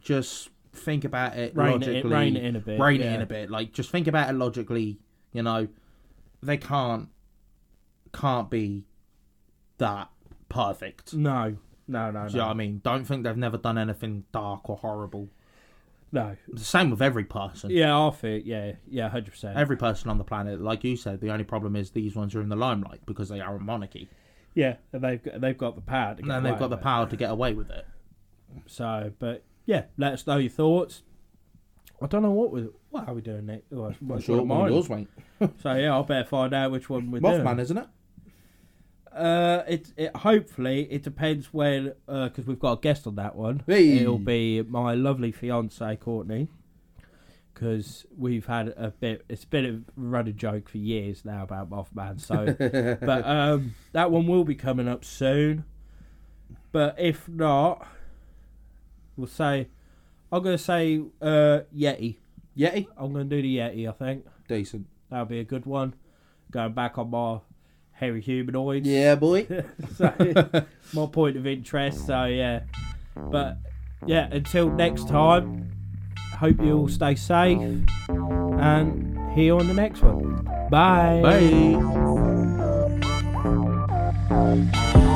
B: just think about it
A: Rein it in-
B: logically.
A: rein it in a bit,
B: Rein it
A: yeah.
B: in a bit. Like just think about it logically. You know, they can't can't be that perfect. Do
A: no, no, no, no,
B: you know what I mean? Don't think they've never done anything dark or horrible.
A: no.
B: It's the same with every person.
A: Yeah, I feel yeah, yeah, hundred percent.
B: Every person on the planet, like you said, the only problem is these ones are in the limelight because they are a monarchy.
A: Yeah, and they've got, they've got the power. To get
B: and then they've
A: away
B: got the
A: with it.
B: power to get away with it.
A: So, but yeah, let us know your thoughts. I don't know what we what are we doing next. Well, what's one of mine?
B: mate.
A: So yeah, I better find out which one we're doing.
B: Mothman, isn't it?
A: Uh, it, it hopefully it depends when because we've got a guest on that one.
B: Hey.
A: It'll be my lovely fiance Courtney because we've had a bit. It's been a running joke for years now about Mothman. So, but um, that one will be coming up soon. But if not, we'll say I'm gonna say uh, Yeti.
B: Yeti.
A: I'm gonna do the Yeti. I think
B: Decent.
A: that'll be a good one. Going back on my hairy humanoids
B: boy.
A: so my point of interest. So yeah, but yeah, until next time. Hope you all stay safe, and here on the next one. Bye.
B: Bye.